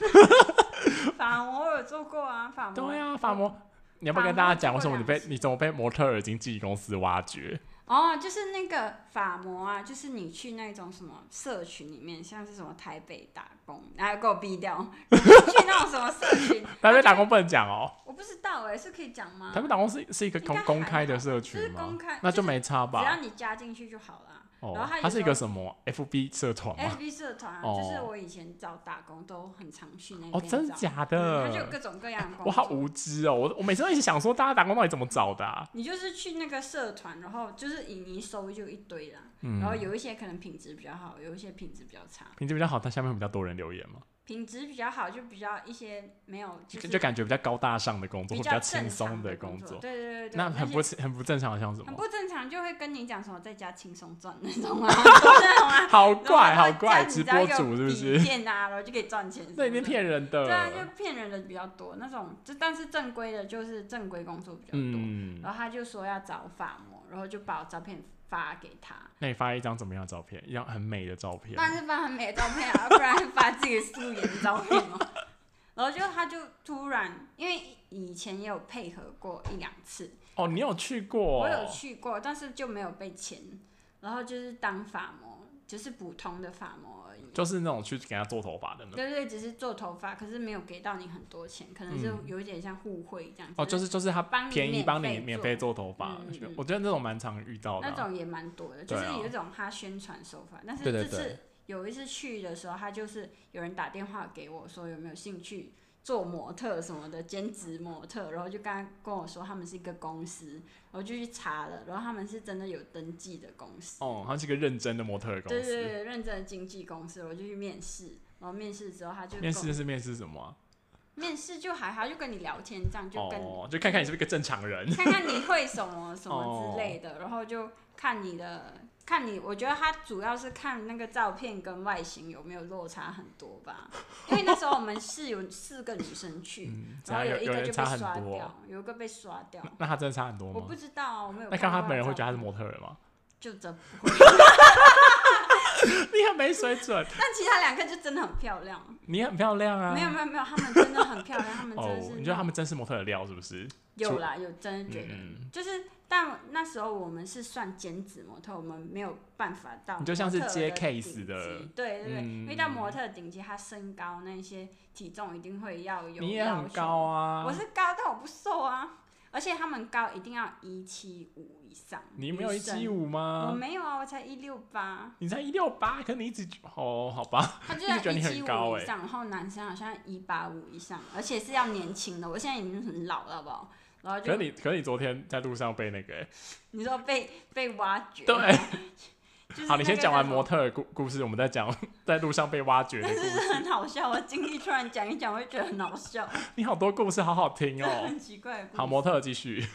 Speaker 3: 法模我有做过啊，法模。
Speaker 2: 对啊，法模。你要不要跟大家讲为什么你被你怎么被模特儿经纪公司挖掘？
Speaker 3: 哦，就是那个法模啊，就是你去那种什么社群里面，像是什么台北打工，然后给我逼掉， (laughs) 去那种什么社群，
Speaker 2: (laughs) 台北打工不能讲哦、
Speaker 3: 我不知道哎、是可以讲吗？
Speaker 2: 台北打工是是一个
Speaker 3: 应该
Speaker 2: 公
Speaker 3: 还好
Speaker 2: 公开的社
Speaker 3: 就是
Speaker 2: 群吗？
Speaker 3: 公开
Speaker 2: 那
Speaker 3: 就是
Speaker 2: 没差
Speaker 3: 只要
Speaker 2: 吧？
Speaker 3: 你加进去就好啦。然
Speaker 2: 哦
Speaker 3: 后它，有
Speaker 2: 它是一个
Speaker 3: 时
Speaker 2: 什么 FB 社团
Speaker 3: 候
Speaker 2: 吗？
Speaker 3: FB 社团啊、
Speaker 2: 哦
Speaker 3: 就是我以前找打工都很常去那边找，
Speaker 2: 哦，真的假
Speaker 3: 嗯它就有
Speaker 2: 的？
Speaker 3: 各种各样的工作。
Speaker 2: 我好无知哦！我我每次都一直想说，大家打工到底怎么找的、啊？
Speaker 3: 你就是去那个社团，然后就是影音收就一堆啦、
Speaker 2: 嗯
Speaker 3: 然后有一些可能品质比较好，有一些品质比较差。
Speaker 2: 品质比较好，但下面会比较多人留言嘛，
Speaker 3: 品质比较好就比较一些没有就
Speaker 2: 就是就感觉比较高大上的工作，
Speaker 3: 比
Speaker 2: 或比较
Speaker 3: 正
Speaker 2: 轻松
Speaker 3: 常的
Speaker 2: 的工
Speaker 3: 作。
Speaker 2: 作。
Speaker 3: 对对对对，
Speaker 2: 那很不
Speaker 3: 而且
Speaker 2: (laughs) 很不正常，像什
Speaker 3: 很
Speaker 2: 么？
Speaker 3: 不正常，就会跟你讲什么在家轻松赚那种啊， (laughs) 那种啊，
Speaker 2: 好
Speaker 3: 然后
Speaker 2: (laughs) 怪，好
Speaker 3: 这
Speaker 2: 怪！
Speaker 3: 样你
Speaker 2: 直
Speaker 3: 只要
Speaker 2: 播
Speaker 3: 有
Speaker 2: 主是不
Speaker 3: 底
Speaker 2: 是？ (laughs)
Speaker 3: 线啊，然后就可以赚钱什么的。
Speaker 2: 那一定骗人
Speaker 3: 对啊，
Speaker 2: 的。
Speaker 3: 就骗人的比较多，那种就但是正规的就是正规工作比较多。
Speaker 2: 嗯，
Speaker 3: 然后他就说要找法模，然后就把我照片发给他，
Speaker 2: 那你发一张怎么样的照片？一张很美的照片吗。
Speaker 3: 当然是发很美的照片啊，不然发自己素颜的照片哦。然后就他就突然，因为以前也有配合过一两次，
Speaker 2: 哦，你有去过？
Speaker 3: 我有去过，但是就没有被签。然后就是当发模，就是普通的发模而已。
Speaker 2: 就是那种去给他做头发的那种。
Speaker 3: 对对，只是做头发，可是没有给到你很多钱，可能就
Speaker 2: 嗯
Speaker 3: 有一点像互惠这样子。
Speaker 2: 哦，就是就是他
Speaker 3: 帮你
Speaker 2: 便宜
Speaker 3: 免
Speaker 2: 帮
Speaker 3: 费
Speaker 2: 你免
Speaker 3: 做
Speaker 2: 费做头发
Speaker 3: 嗯嗯嗯，
Speaker 2: 我觉得那种蛮常遇到的
Speaker 3: 那
Speaker 2: 啊。
Speaker 3: 种也蛮多的，就
Speaker 2: 对
Speaker 3: 是
Speaker 2: 啊
Speaker 3: 有一种他宣传手法。但是
Speaker 2: 对对
Speaker 3: 这
Speaker 2: 对
Speaker 3: 次有一次去的时候，他就是有人打电话给我说有没有兴趣做模特什么的，兼职模特，然后就刚刚跟我说他们是一个公司，我就去查了，然后他们是真的有登记的公司，
Speaker 2: 哦，他是一个认真的模特儿公
Speaker 3: 对对
Speaker 2: 司。
Speaker 3: 对，认真的经纪公司，我就去面试。然后面试之后，他就
Speaker 2: 面
Speaker 3: 跟
Speaker 2: 试是面试什么啊？
Speaker 3: 我面试就还好，就跟你聊天这样，就跟你
Speaker 2: 哦，就看看你是不是一个正常
Speaker 3: (laughs)
Speaker 2: 人。
Speaker 3: 看看你会什么什
Speaker 2: 哦
Speaker 3: 么之类的，然后就看你的看你，我觉得他主要是看那个照片跟外形有没有落差很多
Speaker 2: (laughs)
Speaker 3: 吧，因为那时候我们是有四个女生去，
Speaker 2: 嗯，怎
Speaker 3: 然后
Speaker 2: 样有
Speaker 3: 有一个
Speaker 2: 人
Speaker 3: 就被
Speaker 2: 差
Speaker 3: 刷
Speaker 2: 很多
Speaker 3: 掉
Speaker 2: 哦？，
Speaker 3: 有一个被刷掉，
Speaker 2: 那他真的差很多
Speaker 3: 我
Speaker 2: 吗
Speaker 3: 不？知道啊，我没有。
Speaker 2: 那看到他本人会觉得他是，模特儿吗？ (laughs)
Speaker 3: 就真不会。
Speaker 2: 你很没水准，
Speaker 3: 但其他两个就真的很漂亮，
Speaker 2: 你很漂亮啊。
Speaker 3: 没有没有没有，他们真的很漂亮，他们真
Speaker 2: 哦
Speaker 3: 的是，
Speaker 2: 你觉得他们真是模特儿的料是不是？
Speaker 3: 有
Speaker 2: 除
Speaker 3: 啦有，真的觉得。
Speaker 2: 嗯，嗯
Speaker 3: 就是，但那时候我们是算兼职模特，我们没有办法到
Speaker 2: 你就像是接
Speaker 3: 模特顶
Speaker 2: case
Speaker 3: 级
Speaker 2: 的
Speaker 3: 对对对，
Speaker 2: 嗯
Speaker 3: 因为到模特顶级，他身高那些体重一定会要有
Speaker 2: 你也
Speaker 3: 要
Speaker 2: 很
Speaker 3: 求
Speaker 2: 高啊。
Speaker 3: 我是高，但我不瘦啊，而且他们高一定要一七五以上，
Speaker 2: 你没有一七
Speaker 3: 五。
Speaker 2: 五
Speaker 3: 我
Speaker 2: 吗？
Speaker 3: 没有啊，我才一六八，
Speaker 2: 你才一六八，可你一直哦，好吧，
Speaker 3: 他就
Speaker 2: 一直觉
Speaker 3: 要
Speaker 2: 得
Speaker 3: 一
Speaker 2: 你很
Speaker 3: 七
Speaker 2: 高
Speaker 3: 五
Speaker 2: 欸
Speaker 3: 以上，然后男生好像一八五以上，而且是要年轻的，我现在已经很老了，好不好？然后
Speaker 2: 可
Speaker 3: 就是
Speaker 2: 你可是你昨天在路上被那个
Speaker 3: (laughs)
Speaker 2: 欸
Speaker 3: 你说被被挖掘，
Speaker 2: 对，
Speaker 3: 就是
Speaker 2: 好，你先
Speaker 3: 那个
Speaker 2: 讲完
Speaker 3: 叫什么
Speaker 2: 模特儿故故事，我们再讲在路上被挖掘的故
Speaker 3: 就
Speaker 2: 事。
Speaker 3: (laughs) 是很好笑。我经历突然讲一讲，我就觉得很好笑，
Speaker 2: 你好多故事，好好听
Speaker 3: 就 (laughs)
Speaker 2: 哦。
Speaker 3: 很奇怪的故事
Speaker 2: 好，模特儿继续。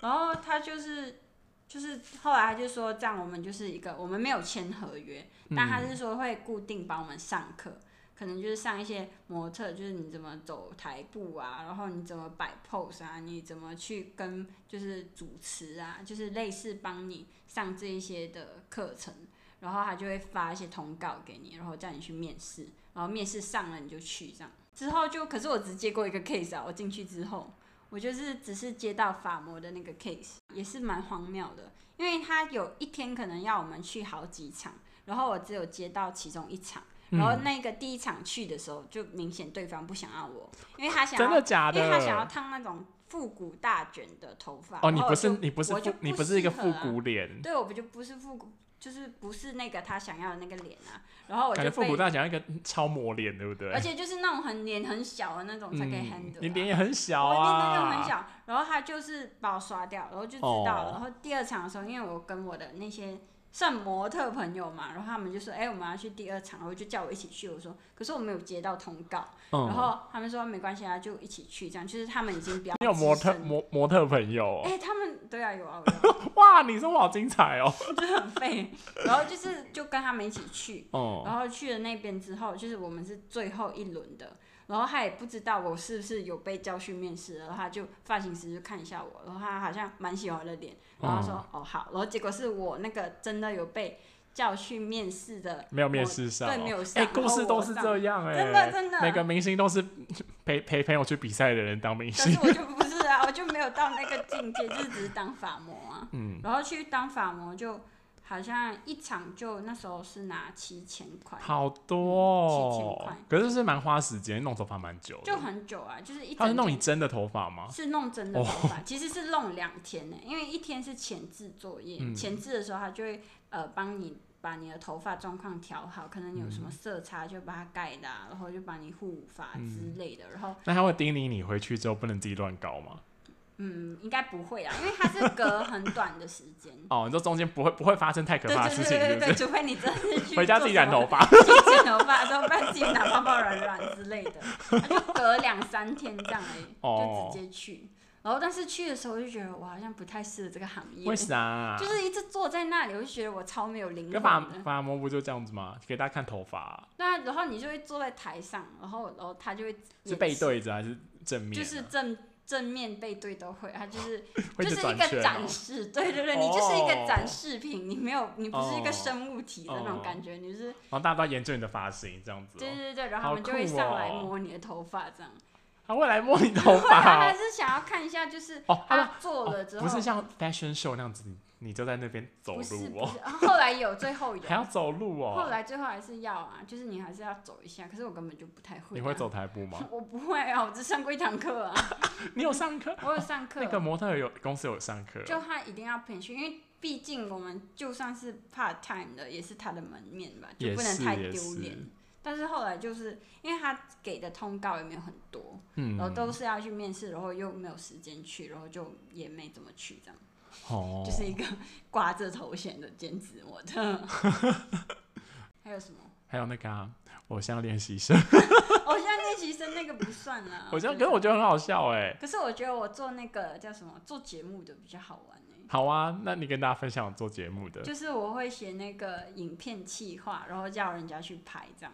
Speaker 3: 然后他就是就是后来他就说，这样我们就是一个我们没有签合约，但他是说会固定帮我们上课。可能就是上一些模特，就是你怎么走台步啊，然后你怎么摆 pose 啊，你怎么去跟就是主持啊，就是类似帮你上这一些的课程，然后他就会发一些通告给你，然后叫你去面试，然后面试上了你就去这样。之后就，可是我只接过一个 case 啊，我进去之后，我就是只是接到法模的那个 case，也是蛮荒谬的，因为他有一天可能要我们去好几场，然后我只有接到其中一场。然后
Speaker 2: 嗯、
Speaker 3: 那个第一场去的时候，就明显对方不想要我，因为他想
Speaker 2: 真
Speaker 3: 要，
Speaker 2: 的假
Speaker 3: 因
Speaker 2: 的？
Speaker 3: 为他想要烫那种复古大卷的头发。
Speaker 2: 哦，
Speaker 3: 然
Speaker 2: 你
Speaker 3: 后
Speaker 2: 不
Speaker 3: 我
Speaker 2: 是
Speaker 3: 就
Speaker 2: 你不是
Speaker 3: 我就
Speaker 2: 复你不是一个
Speaker 3: 适
Speaker 2: 复
Speaker 3: 合啊
Speaker 2: 古脸，
Speaker 3: 对，我不就不是复古，就是不是那个他想要的那个脸啊。然后我
Speaker 2: 感觉
Speaker 3: 就
Speaker 2: 复古
Speaker 3: 被，
Speaker 2: 大讲一个超模脸，对不对？嗯
Speaker 3: 而且就是那种很脸很小的那种才可以 handle 啊、
Speaker 2: 你脸也很小
Speaker 3: 我
Speaker 2: 啊，
Speaker 3: 那个很小，然后他就是把我刷掉，然后就知道
Speaker 2: 哦
Speaker 3: 了。然后第二场的时候，因为我跟我的那些算模特朋友嘛，然后他们就说：“哎、我们要去第二场。”然后就叫我一起去。我说：“可是我没有接到通告。
Speaker 2: 嗯
Speaker 3: 然后他们说：“没关系啊，就一起去。”这样就是他们已经比较
Speaker 2: 你有模特
Speaker 3: 资深
Speaker 2: 模模特朋友、哦
Speaker 3: 哎、他们对啊，有啊，我有啊
Speaker 2: 哇，你生活好精彩哦。
Speaker 3: 就很 (laughs) 废。然后就是就跟他们一起去，
Speaker 2: 哦，
Speaker 3: 然后去了那边之后，就是我们是最后一轮的，然后他也不知道我是不是有被叫去面试，然后他就发型师就看一下我，然后他好像蛮喜欢我的脸，
Speaker 2: 嗯
Speaker 3: 然后他说哦好，然后结果是我那个真的有被叫去面试的，
Speaker 2: 没有面试上、哦，
Speaker 3: 对没有上
Speaker 2: 哎、故事都是这样哎、
Speaker 3: 真的真的
Speaker 2: 每个明星都是陪陪朋友去比赛的人当明
Speaker 3: 可是
Speaker 2: 星。
Speaker 3: 我就不是啊，我就没有到那个境界，就是只是当法模啊，
Speaker 2: 嗯，
Speaker 3: 然后去当法模就好像一场就那时候是拿七千块，
Speaker 2: 好多、哦
Speaker 3: 7000块
Speaker 2: 可是是蛮花时间，弄头发蛮久的。
Speaker 3: 就很久啊，就是一
Speaker 2: 他是
Speaker 3: 整
Speaker 2: 弄
Speaker 3: 天
Speaker 2: 你真的头发吗？
Speaker 3: 是弄真
Speaker 2: 哦
Speaker 3: 的头发，其实是弄两天呢，因为一天是前置作业，
Speaker 2: 嗯
Speaker 3: 前置的时候他就会呃帮你把你的头发状况调好，可能你有什么色差就把它盖的、啊，然后就帮你护发之类的，然后
Speaker 2: 那他会叮咛你回去之后不能自己乱搞吗？
Speaker 3: 嗯应该不会啦，因为它是隔很短的时
Speaker 2: (laughs)
Speaker 3: 间。
Speaker 2: 哦，你说中间不会不会发生太可
Speaker 3: 对
Speaker 2: 怕的事
Speaker 3: 对嗯对
Speaker 2: 情，
Speaker 3: 对
Speaker 2: 是
Speaker 3: 对，
Speaker 2: 不是？
Speaker 3: 除非你真的去
Speaker 2: 回家自己染头
Speaker 3: 发，
Speaker 2: 发，
Speaker 3: 去剪头发的时候，不然自己拿泡泡软软之类的，它就隔两三天这样而已，
Speaker 2: 哦
Speaker 3: 就直接去。然后但是去的时候就觉得我好像不太适合这个行业，
Speaker 2: 为啥、
Speaker 3: 就是一直坐在那里，我就觉得我超没有灵
Speaker 2: 跟
Speaker 3: 魂
Speaker 2: 法
Speaker 3: 的。
Speaker 2: 法模不就这样子吗？给大家看头发、啊
Speaker 3: 那然后你就会坐在台上，然后然后他就会
Speaker 2: 是
Speaker 3: 演
Speaker 2: 背
Speaker 3: 戏，
Speaker 2: 对着还是正面啊、
Speaker 3: 就是正正面背对都会，他就是
Speaker 2: (laughs) 会
Speaker 3: 就
Speaker 2: 一直
Speaker 3: 是一
Speaker 2: 转
Speaker 3: 个
Speaker 2: 圈、
Speaker 3: 展
Speaker 2: 哦。
Speaker 3: 示，对对对，你就是一
Speaker 2: 哦
Speaker 3: 个展示品，你没有你不是一
Speaker 2: 哦
Speaker 3: 个生物体的那
Speaker 2: 哦
Speaker 3: 种感觉，你是
Speaker 2: 然后大家都要研究你的发型这样子、
Speaker 3: 对
Speaker 2: 哦。
Speaker 3: 对对，然后
Speaker 2: 好
Speaker 3: 他们就会
Speaker 2: 酷
Speaker 3: 上来
Speaker 2: 哦
Speaker 3: 摸你的头发
Speaker 2: (laughs)
Speaker 3: 这样。
Speaker 2: 他会来摸你头
Speaker 3: 他
Speaker 2: 发
Speaker 3: 还
Speaker 2: 哦、
Speaker 3: 是想要看一下，就是
Speaker 2: 哦他们
Speaker 3: 他做了之
Speaker 2: 不
Speaker 3: 后，
Speaker 2: 是像 fashion show 那样子，你你就在那边走
Speaker 3: 不是
Speaker 2: 路
Speaker 3: 不
Speaker 2: 哦、
Speaker 3: 是，啊后来有最
Speaker 2: (laughs)
Speaker 3: 后有
Speaker 2: 还，要走路哦、
Speaker 3: 后来最后还是要啊，就是你还是要走一下，可是我根本就不太会、啊。
Speaker 2: 你会走台步吗？
Speaker 3: (laughs) 我不会啊，我只上过一堂课
Speaker 2: (laughs)
Speaker 3: 啊，
Speaker 2: 你有上课？
Speaker 3: 我有上课。
Speaker 2: 那个模特有公司有上课哦，
Speaker 3: 就他一定要培训，因为毕竟我们就算是 part time 的，也是他的门面吧，就
Speaker 2: 也
Speaker 3: 不能
Speaker 2: 是
Speaker 3: 太
Speaker 2: 也
Speaker 3: 丢
Speaker 2: 是
Speaker 3: 脸。但是后来就是因为他给的通告也没有很多，
Speaker 2: 嗯
Speaker 3: 然后都是要去面试，然后又没有时间去，然后就也没怎么去，这样、
Speaker 2: 哦，
Speaker 3: 就是一个挂着头衔的兼职模
Speaker 2: (laughs)
Speaker 3: 特。还有什么？
Speaker 2: 还有那个、啊、偶像练习
Speaker 3: (laughs)
Speaker 2: 生，
Speaker 3: 偶像练习生那个不算啦
Speaker 2: (laughs) 。偶像，可
Speaker 3: 对
Speaker 2: 是我觉得很好笑哎、
Speaker 3: 可是我觉得我做那个叫什么做节目的比较好玩呢、
Speaker 2: 好啊，那你跟大家分享做节目的，
Speaker 3: 就是我会写那个影片企划，然后叫人家去拍这样。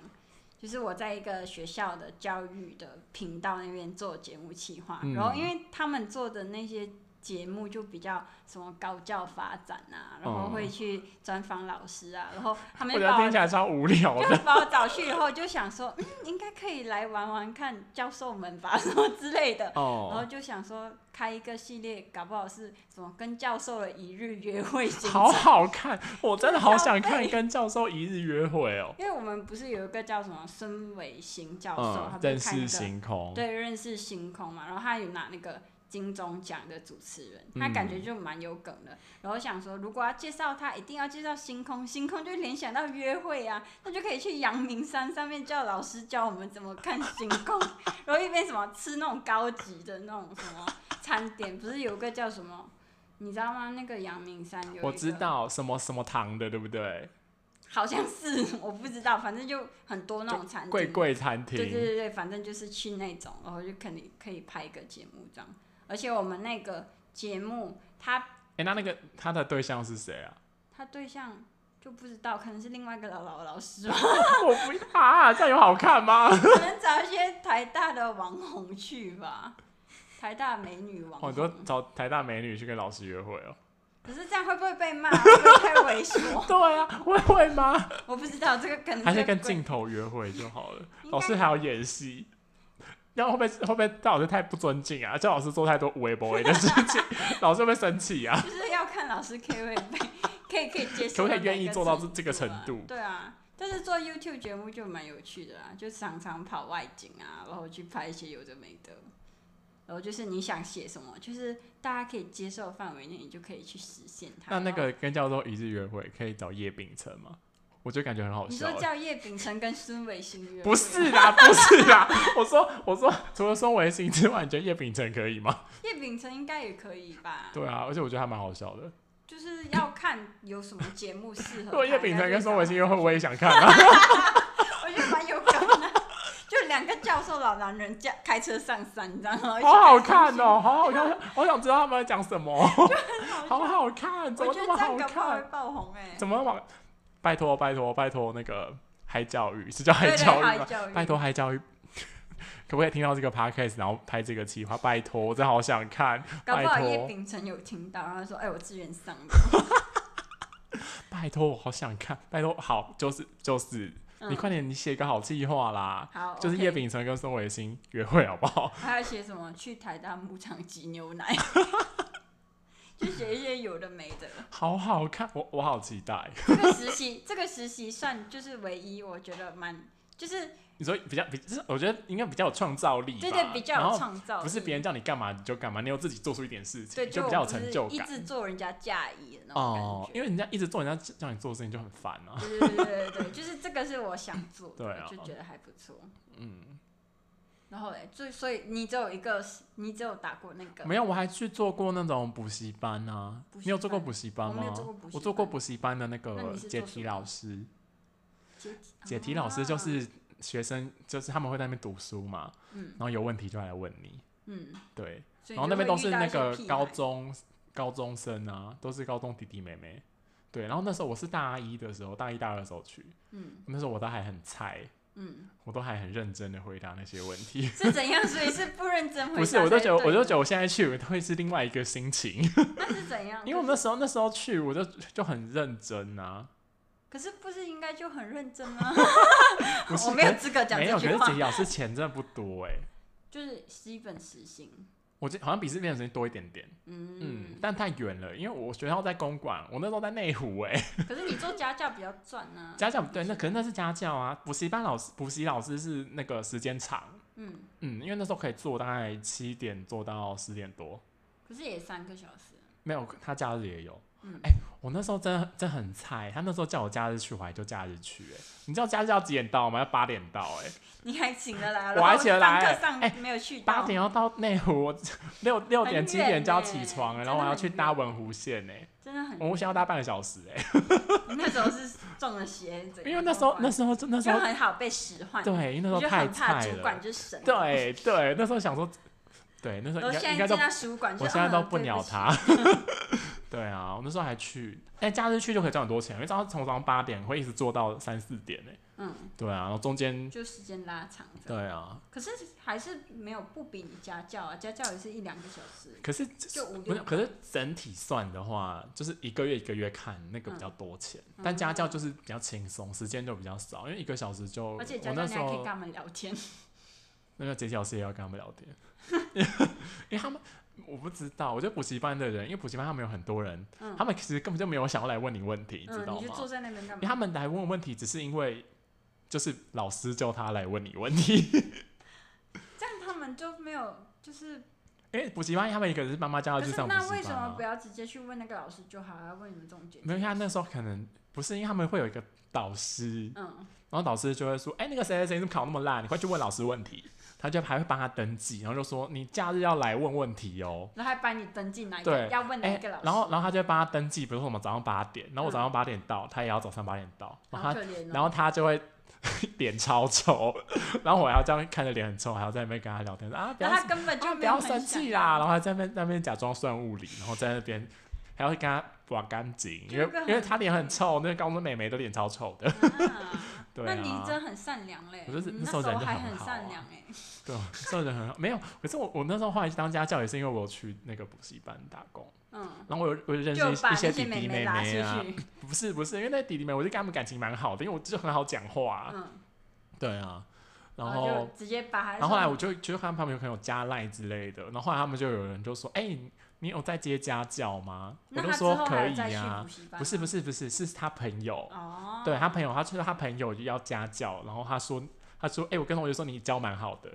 Speaker 3: 就是我在一个学校的教育的频道那边做节目企划，
Speaker 2: 嗯
Speaker 3: 然后因为他们做的那些节目就比较什么高教发展啊，然后
Speaker 2: 嗯
Speaker 3: 会去专访老师啊，然后他
Speaker 2: 我
Speaker 3: 们
Speaker 2: 觉
Speaker 3: 就
Speaker 2: 得
Speaker 3: 把
Speaker 2: 听
Speaker 3: 我 (laughs)
Speaker 2: 起来超无聊的。
Speaker 3: 就把我找去以后，就想说，嗯，应该可以来玩玩看教授们吧，什么之类的。然后
Speaker 2: 哦，
Speaker 3: 就想说开一个系列，搞不好是什么跟教授的一日约会行程
Speaker 2: 好好看，我真的好想
Speaker 3: 就是要
Speaker 2: 看
Speaker 3: 被
Speaker 2: 跟教授一日约会哦。
Speaker 3: 因为我们不是有一个叫什么孙伟新教授，他
Speaker 2: 嗯，
Speaker 3: 不
Speaker 2: 认
Speaker 3: 是看
Speaker 2: 识
Speaker 3: 那个
Speaker 2: 星空，
Speaker 3: 对认识星空嘛，然后他有拿那个金钟奖的主持人，他
Speaker 2: 嗯
Speaker 3: 感觉就蛮有梗的。然后想说，如果要介绍他，一定要介绍星空， (laughs) 星空就联想到约会啊，那就可以去阳明山上面叫老师教我们怎么看星
Speaker 2: (laughs)
Speaker 3: 空，然后一边什么吃那种高级的那种什么餐点，不是有个叫什么？你知道吗？那个阳明山有一个
Speaker 2: 我知道什么什么堂的，对不对？
Speaker 3: 好像是我不知道，反正就很多那种餐厅，
Speaker 2: 贵贵餐厅，
Speaker 3: 嗯对对对对，反正就是去那种，然后就肯定可以拍一个节目这样。而且我们那个节目，他
Speaker 2: 哎、那那个他的对象是谁啊？ (laughs)
Speaker 3: 他对象就不知道，可能是另外一个老老老师吧， (laughs)
Speaker 2: 我不要啊，这样有好看吗？
Speaker 3: 可能找一些台大的网红去吧，台大美女网
Speaker 2: 好多
Speaker 3: 红。
Speaker 2: 找台大美女去跟老师约会哦。
Speaker 3: 可是这样会不会被骂？会不会太猥琐？ (laughs)
Speaker 2: 对啊，会会吗？
Speaker 3: 我不知道这个可能
Speaker 2: 还是
Speaker 3: 就
Speaker 2: 跟
Speaker 3: 贵
Speaker 2: 镜头约会就好了。
Speaker 3: 应该
Speaker 2: 老师还要演戏，然后会不会会不会对老师太不尊敬啊？叫老师做太多无微不微的事
Speaker 3: (laughs)
Speaker 2: 情，老师会不会生气啊？
Speaker 3: 就是要看老师 K 位被 (laughs) 可以可以接
Speaker 2: 可
Speaker 3: 受
Speaker 2: 不可
Speaker 3: 哪个程度啊，
Speaker 2: 以愿意做到这这个程度
Speaker 3: 对啊，但是做 YouTube 节目就蛮有趣的啊，就常常跑外景啊，然后去拍一些有的没的，然后就是你想写什么，就是大家可以接受的范围内，你就可以去实现它。
Speaker 2: 那那
Speaker 3: 然后
Speaker 2: 个跟教授一日约会可以找叶秉辰吗？我觉得感觉很好
Speaker 3: 你
Speaker 2: 笑
Speaker 3: 说
Speaker 2: 欸。
Speaker 3: 叫叶秉辰跟孙伟新约会
Speaker 2: 不是啦，不是啦，我说我说，除了宋维新之外，你觉得叶秉辰可以吗？
Speaker 3: 叶秉辰应该也可以吧？
Speaker 2: 对啊，而且我觉得还蛮好笑的。
Speaker 3: 就是要看有什么节目适合
Speaker 2: (laughs) 如
Speaker 3: 他。
Speaker 2: 果叶秉辰跟宋维新约
Speaker 3: 应该
Speaker 2: 会，我也想看啊。
Speaker 3: 就找，我觉得蛮有梗的。 (laughs) 就两个教授老男人驾开车上山，你知道
Speaker 2: (laughs)
Speaker 3: 吗？
Speaker 2: 好好看哦、好好看，好想知道他们在讲什么， (laughs) 好好看，怎
Speaker 3: 我
Speaker 2: 么
Speaker 3: 觉
Speaker 2: 那
Speaker 3: 得这
Speaker 2: 么好
Speaker 3: 样搞不好会
Speaker 2: 看？
Speaker 3: 爆红哎、
Speaker 2: 怎么往？拜托拜托拜托，那个嗨教育是叫嗨
Speaker 3: 对对
Speaker 2: 教育
Speaker 3: 还
Speaker 2: 吗？
Speaker 3: 教育
Speaker 2: 拜托嗨教育，可不可以听到这个 podcast，然后拍这个企划？拜托，我真的好想看，
Speaker 3: 搞
Speaker 2: 拜
Speaker 3: 不好叶
Speaker 2: 托
Speaker 3: 秉辰有听到，然后说：“哎、我自愿上
Speaker 2: (laughs)
Speaker 3: 的。
Speaker 2: 拜托，我好想看，拜托，好，就是就是，
Speaker 3: 嗯”哦
Speaker 2: 你快点，你写一个好计划啦。
Speaker 3: 好，
Speaker 2: 就是叶。秉辰跟宋伟星约会好不好？ (laughs)
Speaker 3: 还要写什么？去台大牧场挤牛奶，就写一些有的没的。
Speaker 2: 好好看，我我好期待。
Speaker 3: 这个实习， (laughs) 这个实习算就是唯一，我觉得蛮就是
Speaker 2: 你说比较比，就是我觉得应该比较有创造力吧，
Speaker 3: 对对比较
Speaker 2: 然
Speaker 3: 有
Speaker 2: 后
Speaker 3: 创造力，
Speaker 2: 不是别人叫你干嘛你就干嘛，你有自己做出一点事情，
Speaker 3: 对
Speaker 2: 就
Speaker 3: 我
Speaker 2: 比较有
Speaker 3: 不是
Speaker 2: 成就
Speaker 3: 一
Speaker 2: 感。
Speaker 3: 直做人家嫁衣的那种感觉。
Speaker 2: 哦，因为人家一直做人家叫你做的事情就很烦啊。
Speaker 3: 对对对对对，就是这个是我想做的，
Speaker 2: 对啊
Speaker 3: 就觉得还不错。
Speaker 2: 嗯，
Speaker 3: 然后嘞，就所以你只有一个，你只有打过那个，
Speaker 2: 没有，我还去做过那种补习班啊。
Speaker 3: 补习班
Speaker 2: 你有做过补习班
Speaker 3: 我
Speaker 2: 吗
Speaker 3: 没有做过补习？班
Speaker 2: 我做过补习班的那
Speaker 3: 那
Speaker 2: 个
Speaker 3: 你是做
Speaker 2: 解
Speaker 3: 什
Speaker 2: 题
Speaker 3: 么
Speaker 2: 老师，
Speaker 3: 解题
Speaker 2: 解题老师
Speaker 3: 啊
Speaker 2: 就是学生，就是他们会在那边读书嘛，
Speaker 3: 嗯
Speaker 2: 然后有问题就来问你，
Speaker 3: 嗯，
Speaker 2: 对，
Speaker 3: 所以
Speaker 2: 然后那边都
Speaker 3: 你
Speaker 2: 是
Speaker 3: 就会
Speaker 2: 那
Speaker 3: 遇到一
Speaker 2: 个
Speaker 3: 些屁孩
Speaker 2: 高中高中生啊，都是高中弟弟妹妹。对，然后那时候我是大一的时候，大一大二的时候去，
Speaker 3: 嗯
Speaker 2: 那时候我都还很菜，
Speaker 3: 嗯，
Speaker 2: 我都还很认真的回答那些问题。
Speaker 3: 是怎样？所以是不认真回答
Speaker 2: (laughs) 不是，我都觉得，
Speaker 3: 才对
Speaker 2: 我
Speaker 3: 的
Speaker 2: 就觉得我现在去我都会是另外一个心情， (laughs)
Speaker 3: 那是怎样？
Speaker 2: 因为我
Speaker 3: 可
Speaker 2: 那时候那时候去我就就很认真啊，
Speaker 3: 可是不是应该就很认真吗？
Speaker 2: (laughs) 不是
Speaker 3: 我没有
Speaker 2: 可
Speaker 3: 资格
Speaker 2: 是
Speaker 3: 讲
Speaker 2: 没
Speaker 3: 这
Speaker 2: 有，可
Speaker 3: 句
Speaker 2: 是解
Speaker 3: 话，
Speaker 2: 题老师钱真的不多哎、
Speaker 3: 就是基本实行。
Speaker 2: 我觉得好像比这边的时间多一点点，嗯，
Speaker 3: 嗯，
Speaker 2: 但太远了，因为我学校在公馆，我那时候在内湖哎、
Speaker 3: 可是你做家教比较赚啊。
Speaker 2: (laughs) 家教对，那可是那是家教啊，补习班老师补习老师是那个时间长，
Speaker 3: 嗯，
Speaker 2: 嗯，因为那时候可以做大概七点做到十点多，
Speaker 3: 可是也三个小时。
Speaker 2: 没有，他假日也有。
Speaker 3: 嗯
Speaker 2: 哎、我那时候真的真很菜，他那时候叫我假日去，我还就假日去、哎，你知道假日要几点到吗？要八点到、哎，
Speaker 3: 你还请得来？
Speaker 2: 我还请得来
Speaker 3: 然后上课
Speaker 2: 哎
Speaker 3: 上没有去到
Speaker 2: 八点要到内湖，我 (laughs) 六六
Speaker 3: 很
Speaker 2: 点七
Speaker 3: 远
Speaker 2: 点就要
Speaker 3: 呢
Speaker 2: 起床、哎，
Speaker 3: 真
Speaker 2: 然后
Speaker 3: 的
Speaker 2: 我要
Speaker 3: 很
Speaker 2: 去搭文湖线、哎，
Speaker 3: 真的很。
Speaker 2: 文湖线要搭半个小时、
Speaker 3: (laughs)
Speaker 2: 哎，
Speaker 3: 你那时候是中了邪，怎样
Speaker 2: 因为那时候那时候就那时
Speaker 3: 就
Speaker 2: 候
Speaker 3: 很好被使唤，
Speaker 2: 对，因为那时候
Speaker 3: 你就
Speaker 2: 太
Speaker 3: 很怕
Speaker 2: 菜
Speaker 3: 主管
Speaker 2: 了，
Speaker 3: 就是神。
Speaker 2: 对对，那时候想说，对，那时
Speaker 3: 然
Speaker 2: 候
Speaker 3: 后
Speaker 2: 应该
Speaker 3: 现
Speaker 2: 应
Speaker 3: 在
Speaker 2: 该都
Speaker 3: 见到主管就，
Speaker 2: 我现在
Speaker 3: 嗯
Speaker 2: 都不鸟。
Speaker 3: 对 (laughs)
Speaker 2: 他。对啊，我那时候还去，但假日去就可以赚很多钱，因为早上从早上八点会一直做到三四点呢、
Speaker 3: 起嗯，
Speaker 2: 对啊，然后中间
Speaker 3: 就时间拉长。
Speaker 2: 对啊，
Speaker 3: 可是还是没有不比你家教啊，家教也是一两个小时，
Speaker 2: 可是
Speaker 3: 就五
Speaker 2: 不是，
Speaker 3: 六。
Speaker 2: 可是整体算的话，就是一个月一个月看那个比较多钱，
Speaker 3: 嗯
Speaker 2: 但家教就是比较轻松，时间就比较少，因为一个小时就
Speaker 3: 而且
Speaker 2: 我
Speaker 3: 家教
Speaker 2: 那
Speaker 3: 你
Speaker 2: 时
Speaker 3: 还可以跟
Speaker 2: 候
Speaker 3: 他们聊天，
Speaker 2: 那个解题老师也要跟他们聊
Speaker 3: (laughs)
Speaker 2: 天，因为他们。我不知道，我觉得补习班的人，因为补习班他们有很多人，
Speaker 3: 嗯
Speaker 2: 他们其实根本就没有想要来问你问题，知
Speaker 3: 嗯，
Speaker 2: 道吗？
Speaker 3: 你就坐在那边干
Speaker 2: 因为
Speaker 3: 嘛？
Speaker 2: 他们来问问题，只是因为就是老师叫他来问你问
Speaker 3: (laughs)
Speaker 2: 题。
Speaker 3: 这样他们就没有，就是
Speaker 2: 因为补习班他们一个人是妈妈叫
Speaker 3: 可
Speaker 2: 他去
Speaker 3: 是
Speaker 2: 上补
Speaker 3: 那为
Speaker 2: 习
Speaker 3: 什
Speaker 2: 班、
Speaker 3: 么
Speaker 2: 啊
Speaker 3: 不，要直接去问那个老师就好，要问你们这种姐姐？
Speaker 2: 没有，因为他那时候可能不是，因为他们会有一个导师，
Speaker 3: 嗯，
Speaker 2: 然后导师就会说：“哎、那个谁谁谁怎么考那么烂？你快去问老师问题。”他就还会帮他登记，然后就说：“你假日要来问问题哦。
Speaker 3: 然后还把你登进来，
Speaker 2: 对
Speaker 3: 要问哪
Speaker 2: 哎
Speaker 3: 一个老，师？嗯
Speaker 2: 然后然后他就会帮他登记，比如说我们早上八点，然后我早上八点到，他也要早上八点到，然后
Speaker 3: 好
Speaker 2: 他
Speaker 3: 可怜
Speaker 2: 然
Speaker 3: 哦。
Speaker 2: 后他就会 (laughs) 脸超丑，然后我还要这样看着脸很臭，还要在那边跟他聊天啊，不
Speaker 3: 然
Speaker 2: 要
Speaker 3: 后他根本就
Speaker 2: 不
Speaker 3: 没有
Speaker 2: 要
Speaker 3: 很
Speaker 2: 生
Speaker 3: 想啊
Speaker 2: 气啦，然后还在那边那边假装算物理，然后在那边还要跟他刮干净，因
Speaker 3: 就
Speaker 2: 为
Speaker 3: 有个
Speaker 2: 因为
Speaker 3: 很
Speaker 2: 她脸很臭，那个高中妹妹都脸超臭
Speaker 3: (laughs)
Speaker 2: 的。
Speaker 3: 啊
Speaker 2: 对
Speaker 3: 那
Speaker 2: 啊，
Speaker 3: 你真的很善良嘞，
Speaker 2: 我就是
Speaker 3: 你
Speaker 2: 那
Speaker 3: 那
Speaker 2: 时候人就
Speaker 3: 还
Speaker 2: 很
Speaker 3: 很
Speaker 2: 好啊
Speaker 3: 善良哎，
Speaker 2: 对，啊这人很好。没有。可是我我那时候后来去当家教，也是因为我去那个补习班打工，
Speaker 3: 嗯，
Speaker 2: 然后我有我有认识
Speaker 3: 就把
Speaker 2: 一
Speaker 3: 那
Speaker 2: 些
Speaker 3: 些
Speaker 2: 弟
Speaker 3: 妹
Speaker 2: 弟妹
Speaker 3: 拉出
Speaker 2: 妹啊，
Speaker 3: 去，
Speaker 2: (laughs) 不是不是，因为那弟弟妹，我就跟他们感情蛮好的，因为我就很好讲话、
Speaker 3: 嗯，
Speaker 2: 对啊，然
Speaker 3: 后
Speaker 2: 后
Speaker 3: 就直接把他，
Speaker 2: 然后后来我就就看他们有可能有加赖之类的，然后后来他们就有人就说：“哎、你你有在接家教吗？”我
Speaker 3: 那
Speaker 2: 就
Speaker 3: 他之
Speaker 2: 说
Speaker 3: 后：“
Speaker 2: 可
Speaker 3: 还有
Speaker 2: 以
Speaker 3: 再去
Speaker 2: 啊
Speaker 3: 补。习”班
Speaker 2: 不是
Speaker 3: 吗
Speaker 2: 不是不是，是他朋友，
Speaker 3: 哦，
Speaker 2: 对他朋友，他就是他朋友要家教，然后他说他说：“哎、我跟同学说你教蛮好的，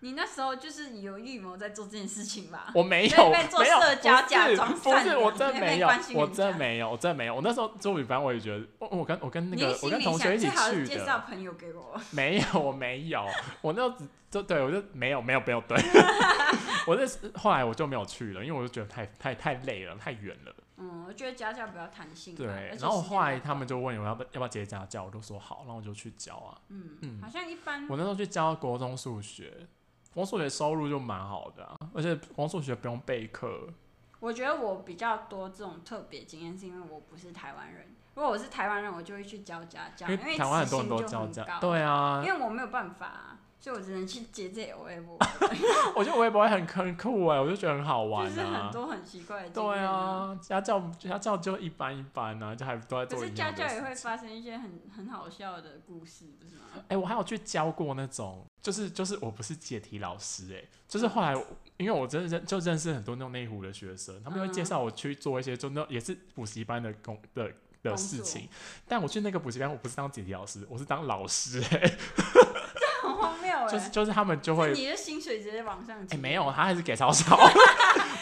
Speaker 3: 你那时候就是有预谋在做这件事情吧？
Speaker 2: 我没
Speaker 3: 在
Speaker 2: 有
Speaker 3: 那边做
Speaker 2: 没有
Speaker 3: 社交
Speaker 2: 不
Speaker 3: 假
Speaker 2: 是
Speaker 3: 装
Speaker 2: 不
Speaker 3: 善
Speaker 2: 是
Speaker 3: 良
Speaker 2: 我真
Speaker 3: 在
Speaker 2: 没
Speaker 3: 那边
Speaker 2: 有
Speaker 3: 关心
Speaker 2: 我
Speaker 3: 人
Speaker 2: 真
Speaker 3: 家
Speaker 2: 没有我真没有，我那时候做语班我也觉得我我跟我跟那
Speaker 3: 你
Speaker 2: 个我
Speaker 3: 心
Speaker 2: 跟
Speaker 3: 里
Speaker 2: 同
Speaker 3: 想
Speaker 2: 学一起
Speaker 3: 最好是
Speaker 2: 去
Speaker 3: 介
Speaker 2: 的，
Speaker 3: 绍朋友给我，
Speaker 2: 没有，我没有，我那时候只就对我就没有没有没有
Speaker 3: (laughs)
Speaker 2: 对，我这是后来我就没有去了，因为我就觉得太太太累了，太远了。
Speaker 3: 嗯，我觉得家教比较弹性吧，
Speaker 2: 对
Speaker 3: 嗯啊而，且
Speaker 2: 然后
Speaker 3: 时间
Speaker 2: 后来
Speaker 3: 比较
Speaker 2: 他们就问我要不要不要接家教，我就说好，然后我就去教啊。
Speaker 3: 嗯，
Speaker 2: 嗯
Speaker 3: 好像一般
Speaker 2: 我那时候去教国中数学，国中数学收入就蛮好的啊、而且国中数学不用备课。
Speaker 3: 我觉得我比较多这种特别经验，是因为我不是台湾人。如果我是台湾人，我就会去教家教，啊因为
Speaker 2: 台湾很
Speaker 3: 执
Speaker 2: 多人
Speaker 3: 行
Speaker 2: 都
Speaker 3: 就
Speaker 2: 教
Speaker 3: 很
Speaker 2: 家，
Speaker 3: 高，
Speaker 2: 对啊
Speaker 3: 因，为我没有办法、啊，所以我只能去接这
Speaker 2: (laughs)
Speaker 3: O F，
Speaker 2: 我觉得微博也很很酷哎、我就觉得很好玩
Speaker 3: 就是很
Speaker 2: 啊。
Speaker 3: 多很奇怪的经
Speaker 2: 对
Speaker 3: 验、。
Speaker 2: 啊，家教家教就一般一般啊，就还都在
Speaker 3: 可
Speaker 2: 做
Speaker 3: 是
Speaker 2: 一
Speaker 3: 家
Speaker 2: 样的
Speaker 3: 教
Speaker 2: 事
Speaker 3: 也会
Speaker 2: 情
Speaker 3: 发生一些很很好笑的故事，不是吗？
Speaker 2: 哎、我还有去教过那种，就是就是我不是解题老师、哎，就是后来我因为我真的认就认识很多那种内湖的学生，他们会介
Speaker 3: 嗯
Speaker 2: 绍我去做一些就那也是补习班的工的 (laughs) 的
Speaker 3: 工
Speaker 2: 事
Speaker 3: 作
Speaker 2: 情，但我去那个补习班，我不是当解题老师，我是当老师、
Speaker 3: 很荒谬哎、
Speaker 2: 哎， (laughs) 就是就是他们就会
Speaker 3: 是你的薪水直接往上
Speaker 2: 哎、
Speaker 3: 提。
Speaker 2: 没有，他还是给超
Speaker 3: (laughs)
Speaker 2: 少，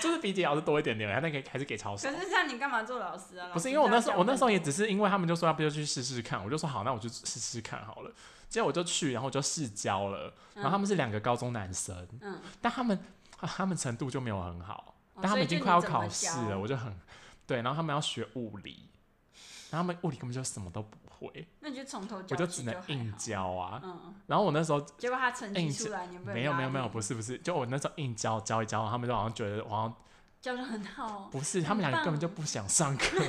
Speaker 2: 就是比解老师多一点点，他那个还是给超少
Speaker 3: 可。是像你干嘛做老师啊？
Speaker 2: 不是因为我那时候，我那时候也只
Speaker 3: 只
Speaker 2: 是因为他们就说要不就去试试看，我就说好，那我就试试看好了。结果我就去，然后我就试教了。然后他们是两个高中男生，
Speaker 3: 嗯，嗯
Speaker 2: 但他们啊他们程度就没有很好，
Speaker 3: 哦
Speaker 2: 但他
Speaker 3: 所
Speaker 2: 们
Speaker 3: 以
Speaker 2: 已经
Speaker 3: 就
Speaker 2: 快
Speaker 3: 你
Speaker 2: 要
Speaker 3: 怎
Speaker 2: 考
Speaker 3: 么
Speaker 2: 试
Speaker 3: 教
Speaker 2: 了，我就很对。然后他们要学物理，然后他们物理根本就什么都不会，
Speaker 3: 那你就从头
Speaker 2: 我
Speaker 3: 教
Speaker 2: 就
Speaker 3: 起
Speaker 2: 只能
Speaker 3: 还
Speaker 2: 硬
Speaker 3: 好。
Speaker 2: 教啊。
Speaker 3: 嗯，
Speaker 2: 然后我那时候
Speaker 3: 结果他成
Speaker 2: 硬
Speaker 3: 绩
Speaker 2: 教
Speaker 3: 出来，你有被
Speaker 2: 哎没有
Speaker 3: 拉
Speaker 2: 没有没有，
Speaker 3: 黑
Speaker 2: 不是不是，就我那时候硬教教一教，他们就好像觉得我好像
Speaker 3: 教的很好、哦。
Speaker 2: 不是，他
Speaker 3: 很
Speaker 2: 们两个根本
Speaker 3: 棒
Speaker 2: 就不想上课。 (laughs)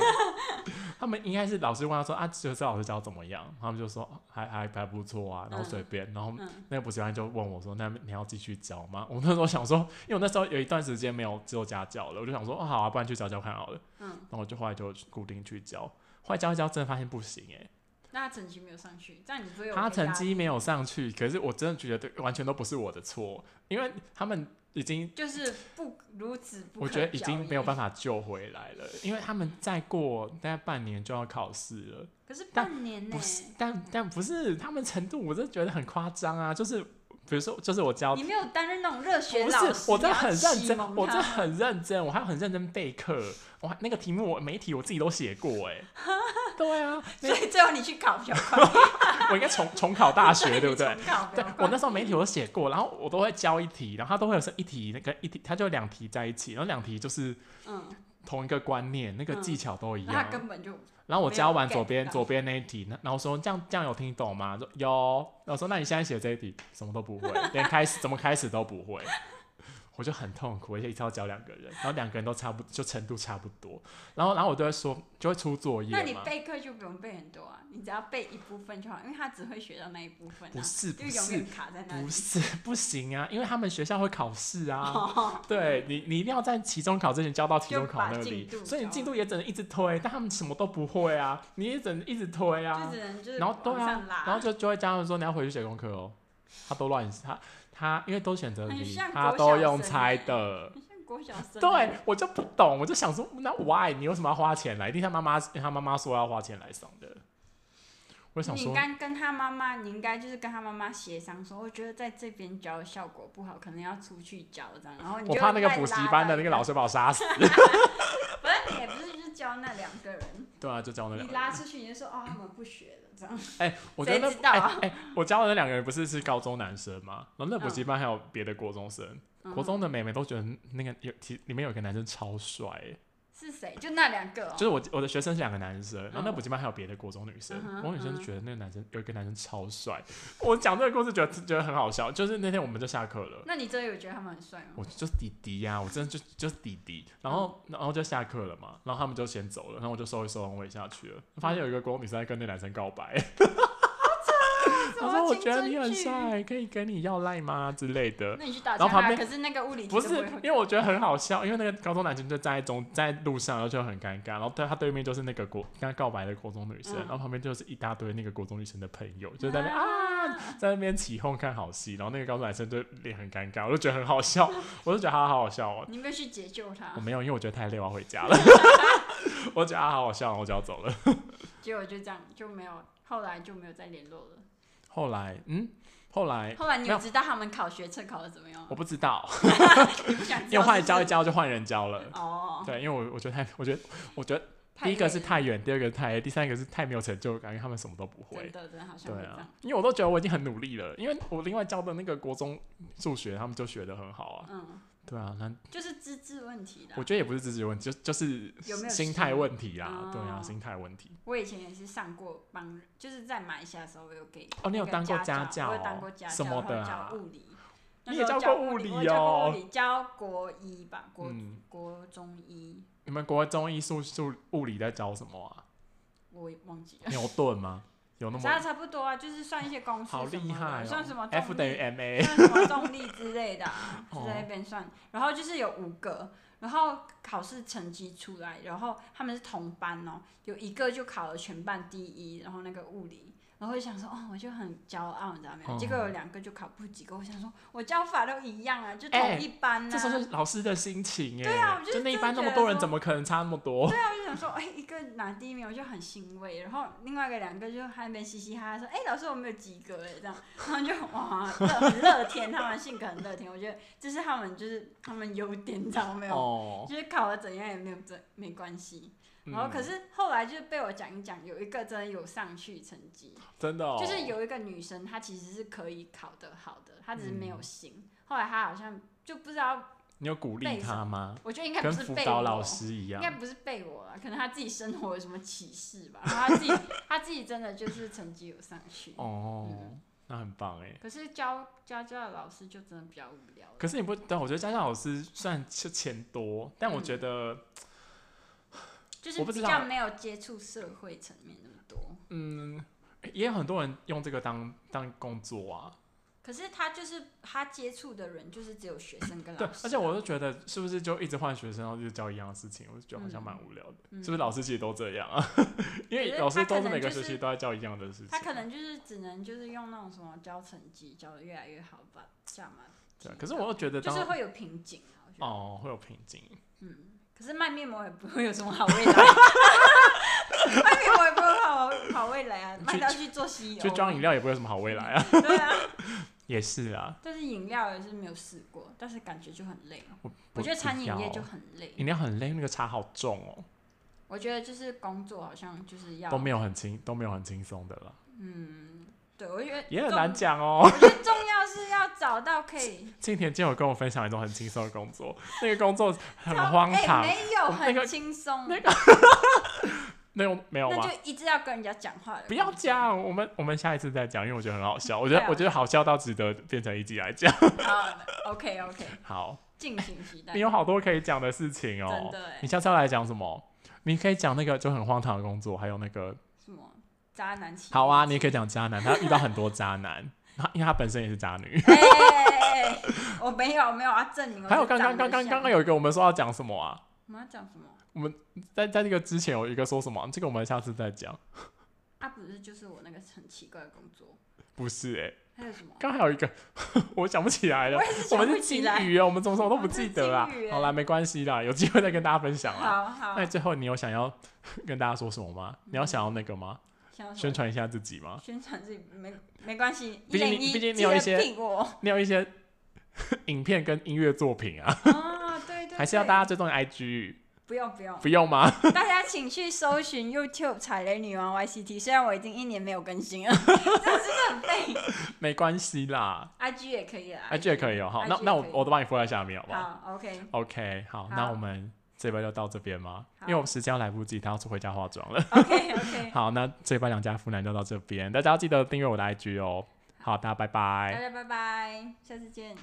Speaker 2: 他们应该是老师问他说啊，就是老师教怎么样？他们就说还还还不错啊，然后随
Speaker 3: 嗯
Speaker 2: 便，然后
Speaker 3: 嗯，
Speaker 2: 那个补习班就问我说：“那你要继续教吗？”我那时候想说，因为我那时候有一段时间没有做家教了，我就想说：“哦，好啊，不然去教教看好了。”
Speaker 3: 嗯，
Speaker 2: 然后我就后来就固定去教，后来教一教，真的发现不行诶、
Speaker 3: 那他成绩没有上去，这样你不会有
Speaker 2: 他
Speaker 3: 被压
Speaker 2: 成
Speaker 3: 力
Speaker 2: 绩没有上去，可是我真的觉得完全都不是我的错，因为他们已经
Speaker 3: 就是不如此不可
Speaker 2: 我觉得已
Speaker 3: 教
Speaker 2: 经
Speaker 3: 也
Speaker 2: 没有办法救回来了，因为他们再过大概半年就要考试了。
Speaker 3: 可是
Speaker 2: 但
Speaker 3: 半年呢、
Speaker 2: 不是，但但不是他们程度，我真的觉得很夸张啊！就是比如说，就是我教
Speaker 3: 你没有担任那种热血
Speaker 2: 不
Speaker 3: 老师，
Speaker 2: 是，我真的很认真，我真
Speaker 3: 真
Speaker 2: 的很认真，我还很认真备课。我还那个题目我每一题我自己都写过、
Speaker 3: (laughs)
Speaker 2: 欸，哎，对啊，那
Speaker 3: (laughs) 所以最后你去考比较快，
Speaker 2: 我应该重重考大学，对不对？
Speaker 3: 你重考比
Speaker 2: 对
Speaker 3: 较，快
Speaker 2: 我那时候每一题我都写过，然后我都会教一题，然后它都会有是一题那个一题，它就有两题在一起，然后两题就是
Speaker 3: 嗯，
Speaker 2: 同一个观念，那个技巧都一
Speaker 3: 然后
Speaker 2: 样
Speaker 3: 嗯他。根本就
Speaker 2: 然后我教完
Speaker 3: 没有
Speaker 2: 左边
Speaker 3: get 到
Speaker 2: 左边那一题，那然后说这样这样有听懂吗？说有。然后说那你现在写这一题什么都
Speaker 3: (laughs)
Speaker 2: 不会，连开始怎么开始都不会，我就很痛苦，而且一次要教两个人，然后两个人都差不就程度差不多，然后然后我都会说就会出作业
Speaker 3: 那你
Speaker 2: 嘛，
Speaker 3: 备课就不用背很多啊，你只要背一部分就好，因为他只会学到那一部分、啊，
Speaker 2: 不是
Speaker 3: 就
Speaker 2: 不
Speaker 3: 永
Speaker 2: 是
Speaker 3: 远卡在那里。
Speaker 2: 不是不行啊，因为他们学校会考试啊。
Speaker 3: 哦
Speaker 2: 对你，你一定要在期中考之前交到期中考那
Speaker 3: 就把
Speaker 2: 里
Speaker 3: 进度，
Speaker 2: 所以你
Speaker 3: 交
Speaker 2: 进度也只能一直推，但他们什么都不会啊，你也只能一直推啊。
Speaker 3: 就只能就是
Speaker 2: 然后对
Speaker 3: 往
Speaker 2: 啊
Speaker 3: 上，拉，
Speaker 2: 然后就就会家人说你要回去写功课哦，他都乱他他因为都选择
Speaker 3: 很
Speaker 2: 题，
Speaker 3: 像
Speaker 2: 他
Speaker 3: 国
Speaker 2: 都
Speaker 3: 小
Speaker 2: 用
Speaker 3: 生
Speaker 2: 猜
Speaker 3: 欸
Speaker 2: 的。
Speaker 3: 很 (laughs) 像国小生。
Speaker 2: 对，我就不懂，我就想说，那 why 你为什么要花钱来？一定他妈妈他妈妈说要花钱来上的。我就想
Speaker 3: 你
Speaker 2: 说
Speaker 3: 应，该跟他妈妈，你应该就是跟他妈妈协商说，我觉得在这边教效果不好，可能要出去教这样。然后你
Speaker 2: 我
Speaker 3: 就
Speaker 2: 怕那个
Speaker 3: 再
Speaker 2: 补习
Speaker 3: 拉
Speaker 2: 班的
Speaker 3: 到
Speaker 2: 那
Speaker 3: 一
Speaker 2: 个老师把我杀死。
Speaker 3: 反正你也不是就是教那两个人，
Speaker 2: 对啊，就教那两
Speaker 3: 你
Speaker 2: 个人。
Speaker 3: 拉出去你就说哦他们不学了这样。
Speaker 2: 哎，我觉得
Speaker 3: 谁知
Speaker 2: 那
Speaker 3: 道
Speaker 2: 哎
Speaker 3: 啊
Speaker 2: 哎，我教的那两个人不是是高中男生吗？然后那补
Speaker 3: 嗯
Speaker 2: 习班还有别的国中生，国中的妹妹都觉得那个有其里面有个男生超帅欸，
Speaker 3: 是谁？就那两个、哦
Speaker 2: 就。是我我的学生是两个男生，然后那
Speaker 3: 嗯
Speaker 2: 补习班还有别的国中女生
Speaker 3: 嗯，哼
Speaker 2: 国中女生
Speaker 3: 嗯
Speaker 2: 就觉得那个男生有一个男生超帅，我讲这个故事觉得觉得很好笑，就是那天我们就下课了。
Speaker 3: 那你真的有觉得他们很帅吗？
Speaker 2: 我就是弟弟呀、我真的就就是弟弟，然后
Speaker 3: 嗯
Speaker 2: 然后就下课了嘛，然后他们就先走了，然后我就收一收，我也下去了，发现有一个国中女生在跟那男生告白，我
Speaker 3: 什么
Speaker 2: 说我
Speaker 3: 嗯青
Speaker 2: 觉得
Speaker 3: 春
Speaker 2: 你很
Speaker 3: 剧。
Speaker 2: 帅，可以跟你要赖吗之类的，
Speaker 3: 那你去打
Speaker 2: 然后
Speaker 3: 架
Speaker 2: 旁
Speaker 3: 吧，
Speaker 2: 边
Speaker 3: 可是那个物理
Speaker 2: 不
Speaker 3: 不
Speaker 2: 是，因为我觉得很好笑，因为那个高中男生就站在中在路上，然后就很尴尬，然后对他对面就是那个国跟他告白的国中女生，
Speaker 3: 嗯
Speaker 2: 然后旁边就是一大堆那个国中女生的朋友，就在那边啊在那边起哄看好戏，然后那个高中男生就脸很尴尬，我就觉得很好
Speaker 3: (laughs)
Speaker 2: 笑，我就觉得他好好笑哦。
Speaker 3: 你没有去解救他
Speaker 2: 我，没有，因为我觉得太累，我要回
Speaker 3: (laughs)
Speaker 2: 家了。我觉得他好好笑，我就要走了。
Speaker 3: 结果就这样就没有，后来就没有再联络了。
Speaker 2: 后来，嗯，后来
Speaker 3: 后来你
Speaker 2: 没有
Speaker 3: 有知道他们考学测考的怎么样吗
Speaker 2: 我？不知道，
Speaker 3: 你不想知
Speaker 2: 因为
Speaker 3: 道
Speaker 2: 我后来
Speaker 3: 是不
Speaker 2: 教一
Speaker 3: 是
Speaker 2: 教就换人教了。
Speaker 3: 哦，
Speaker 2: 对，因为我我觉得太，我觉得我觉得
Speaker 3: 太
Speaker 2: 第一个是
Speaker 3: 累了
Speaker 2: 太远，第二个是太累，第三个是太没有成就感，因为他们什么都不会
Speaker 3: 真。的真的好像
Speaker 2: 对
Speaker 3: 会这
Speaker 2: 啊
Speaker 3: 样。，
Speaker 2: 因为我都觉得我已经很努力了，因为我另外教的那个国中数学，他们就学的很好啊。
Speaker 3: 嗯，
Speaker 2: 对啊，那
Speaker 3: 就是资质问题啦
Speaker 2: 我。觉得也不是自己的问题，就就是
Speaker 3: 有没有
Speaker 2: 心态问题啦。
Speaker 3: 心
Speaker 2: 对啊，
Speaker 3: 哦
Speaker 2: 心态问题。
Speaker 3: 我以前也是上过帮人，就是在马来西亚的时候我有给
Speaker 2: 哦你有
Speaker 3: 那个
Speaker 2: 当过
Speaker 3: 家
Speaker 2: 家教
Speaker 3: 我有当过家教，
Speaker 2: 什么的啊
Speaker 3: 然后教物理。
Speaker 2: 你也
Speaker 3: 那时候
Speaker 2: 教
Speaker 3: 教
Speaker 2: 过物理
Speaker 3: 理我教过
Speaker 2: 哦
Speaker 3: 物理，教国一吧，国、
Speaker 2: 嗯
Speaker 3: 国中一，
Speaker 2: 你们国中艺术数物理在教什么
Speaker 3: (laughs)
Speaker 2: 啊？
Speaker 3: 我也忘记了。
Speaker 2: 牛顿吗？有那
Speaker 3: 差
Speaker 2: 么
Speaker 3: 差不多啊，就是算一些公式
Speaker 2: 好
Speaker 3: 什么
Speaker 2: 厉
Speaker 3: 的
Speaker 2: 害、哦？
Speaker 3: 算什么动
Speaker 2: F 等于
Speaker 3: 力
Speaker 2: m a
Speaker 3: 算什么动力之类
Speaker 2: (laughs)
Speaker 3: 的、啊，
Speaker 2: 哦
Speaker 3: 就在那边算。然后就是有五个，然后考试成绩出来，然后他们是同班哦，有一个就考了全班第一，然后那个物理。然后我就想说，哦，我就很骄傲，你知道没有？
Speaker 2: 哦
Speaker 3: 结果有两个就考不及格，我想说，我教法都一样啊，就
Speaker 2: 哎
Speaker 3: 同一班呐、
Speaker 2: 这时候是老师的心情哎、
Speaker 3: 对啊我就
Speaker 2: 就那一
Speaker 3: 真的
Speaker 2: 班那
Speaker 3: 觉
Speaker 2: 么
Speaker 3: 得
Speaker 2: 多人，
Speaker 3: 说
Speaker 2: 怎么可能差那么多？
Speaker 3: 对啊，我就想说，哎、一个拿第一名，我就很欣慰。然后另外一个两个就还没嘻嘻哈哈说，哎、老师我没有及格哎，这样，然后就哇，乐很乐天，他们性格很乐天，我觉得这是他们就是他们优点，你知道没有？
Speaker 2: 哦，
Speaker 3: 就是考的怎样也没有这没关系。然后
Speaker 2: 嗯
Speaker 3: 可是后来就是被我讲一讲，有一个真的有上去成绩，
Speaker 2: 真的、哦，
Speaker 3: 就是有一个女生，她其实是可以考得好的，她只是没有
Speaker 2: 嗯
Speaker 3: 心。后来她好像就不知道，
Speaker 2: 你有鼓励
Speaker 3: 背什
Speaker 2: 他
Speaker 3: 么
Speaker 2: 吗？
Speaker 3: 我觉得应该
Speaker 2: 跟
Speaker 3: 不是
Speaker 2: 辅
Speaker 3: 被
Speaker 2: 导
Speaker 3: 我
Speaker 2: 老师一样
Speaker 3: 应该，不是背我啊啦，可能他自己生活有什么启示吧。然后他自己他自己真的就是成绩有上去。
Speaker 2: 哦
Speaker 3: 嗯，
Speaker 2: 那很棒哎。
Speaker 3: 可是教教教的老师就真的比较无聊了。
Speaker 2: 可是你不，但我觉得家教老师虽然是钱多，但我觉得，
Speaker 3: 就
Speaker 2: 我
Speaker 3: 是
Speaker 2: 不知
Speaker 3: 比
Speaker 2: 道
Speaker 3: 较没有接触社会层面那么多。
Speaker 2: 嗯，也有很多人用这个当当工作啊。
Speaker 3: 可是他就是他接触的人就是只有学生跟
Speaker 2: 对
Speaker 3: 老师啊，，
Speaker 2: 而且我就觉得是不是就一直换学生，然后就教一样的事情，我就觉得好像
Speaker 3: 嗯
Speaker 2: 蛮无聊的。
Speaker 3: 嗯
Speaker 2: 是不是老师其实都
Speaker 3: (laughs)
Speaker 2: 这样啊？因为
Speaker 3: 可是
Speaker 2: 老师
Speaker 3: 他可
Speaker 2: 都是
Speaker 3: 能
Speaker 2: 每个
Speaker 3: 就
Speaker 2: 学
Speaker 3: 是
Speaker 2: 期都在教一样的事情啊。
Speaker 3: 他可能就是只能就是用那种什么教成绩教的越来越好吧，这样嘛。
Speaker 2: 对啊，可是我又觉得
Speaker 3: 就
Speaker 2: 当
Speaker 3: 是会有瓶颈啊，我觉得。
Speaker 2: 哦会有瓶颈，
Speaker 3: 嗯，可是卖面膜也不会有什么好未来， (laughs) 卖面膜也不会有好好未来啊，卖到去做西游，
Speaker 2: 去装饮料也不会有什么好未来啊。
Speaker 3: 对啊，
Speaker 2: 也是啊，
Speaker 3: 但是饮料也是没有试过，但是感觉就很累哦。
Speaker 2: 我
Speaker 3: 我觉得餐饮业就
Speaker 2: 不要哦
Speaker 3: 很累，
Speaker 2: 饮料很累，那个茶好重哦。
Speaker 3: 我觉得就是工作好像就是要
Speaker 2: 都没有很轻，都没有很轻松的了，
Speaker 3: 嗯，对我觉得
Speaker 2: 也很
Speaker 3: 重
Speaker 2: 难。讲
Speaker 3: (laughs)
Speaker 2: 哦。
Speaker 3: 我觉得重要是要找到可以
Speaker 2: 庆田今天有跟我分享一种很轻松的工作，那个工作 (laughs) 很
Speaker 3: 超
Speaker 2: 荒
Speaker 3: 哎
Speaker 2: 唐，
Speaker 3: 没有
Speaker 2: 我那个
Speaker 3: 很轻松，那
Speaker 2: 那有没有吗？
Speaker 3: 就一直要跟人家讲话的工作。
Speaker 2: 不要讲，我们我们下一次再讲，因为我觉得很好笑，我觉得
Speaker 3: 对啊
Speaker 2: 我觉得好笑到值得变成一集来讲。 (laughs)
Speaker 3: 好，OK OK，
Speaker 2: 好，
Speaker 3: 敬请期待
Speaker 2: 你。有好多可以讲的事情
Speaker 3: 真
Speaker 2: 哦。
Speaker 3: 的哎
Speaker 2: 你，下次要来讲什么？你可以讲那个就很荒唐的工作，还有那个
Speaker 3: 什么渣男情？
Speaker 2: 好啊，你也可以讲渣男，他遇到很多渣男， (laughs) 他因为他本身也是渣女。
Speaker 3: 哎哎，哎
Speaker 2: (laughs)
Speaker 3: 哎我没有没有要证明我是
Speaker 2: 还有刚
Speaker 3: 长得像。
Speaker 2: 刚刚刚刚刚有一个我们说要讲什么啊？
Speaker 3: 我们要讲什么？
Speaker 2: 在在这个之前有一个说什么，这个我们下次再讲。
Speaker 3: 啊，不是就是我那个很奇怪的工作，
Speaker 2: 不是哎、
Speaker 3: 还有什么？
Speaker 2: 刚还有一个 (laughs) 我想不起来了
Speaker 3: 我。也是
Speaker 2: 啊我
Speaker 3: 想
Speaker 2: 们
Speaker 3: 不
Speaker 2: 是
Speaker 3: 起
Speaker 2: 金
Speaker 3: 来。
Speaker 2: 鱼啊，我们怎么什么都不记得啊
Speaker 3: 我们是金鱼。欸
Speaker 2: 好啦，没关系啦，有机会再跟大家分享啦。
Speaker 3: 好好
Speaker 2: 那，最后你有想要 (laughs) 跟大家说什么吗？你要想要那个吗？
Speaker 3: 想要什
Speaker 2: 宣
Speaker 3: 么
Speaker 2: 传一下自己吗？
Speaker 3: 宣传自己没没关系，
Speaker 2: 毕
Speaker 3: 一
Speaker 2: 竟
Speaker 3: 零
Speaker 2: 你
Speaker 3: 一
Speaker 2: 毕竟你
Speaker 3: 记
Speaker 2: 有一
Speaker 3: 得
Speaker 2: 些 (laughs)
Speaker 3: 聘我
Speaker 2: 你有一些影片跟音乐作品啊，
Speaker 3: 啊，对对，
Speaker 2: 还是要
Speaker 3: 对
Speaker 2: 大家追踪你 IG？
Speaker 3: 不用不用，
Speaker 2: 不用吗？ (laughs)
Speaker 3: 大家请去搜寻 YouTube 踩雷女王 YCT，虽然我已经一年没有更新了， (laughs) 但是很背
Speaker 2: 没关系啦
Speaker 3: IG 也可以啦
Speaker 2: ，IG 也可以哦。好，那
Speaker 3: IG
Speaker 2: 那
Speaker 3: 也
Speaker 2: 我
Speaker 3: 可以
Speaker 2: 我都帮你附在下面，好不好
Speaker 3: 好 OK，
Speaker 2: ？OK，好，
Speaker 3: 好
Speaker 2: 那我们这一拜就到这边吗？
Speaker 3: 好
Speaker 2: 因为我们时间要来不及，他要回家化妆了。
Speaker 3: OK OK，
Speaker 2: 好，那这一拜两家妇男就到这边，大家要记得订阅我的 IG 哦。好，大家拜拜
Speaker 3: 大。家拜拜，下次见。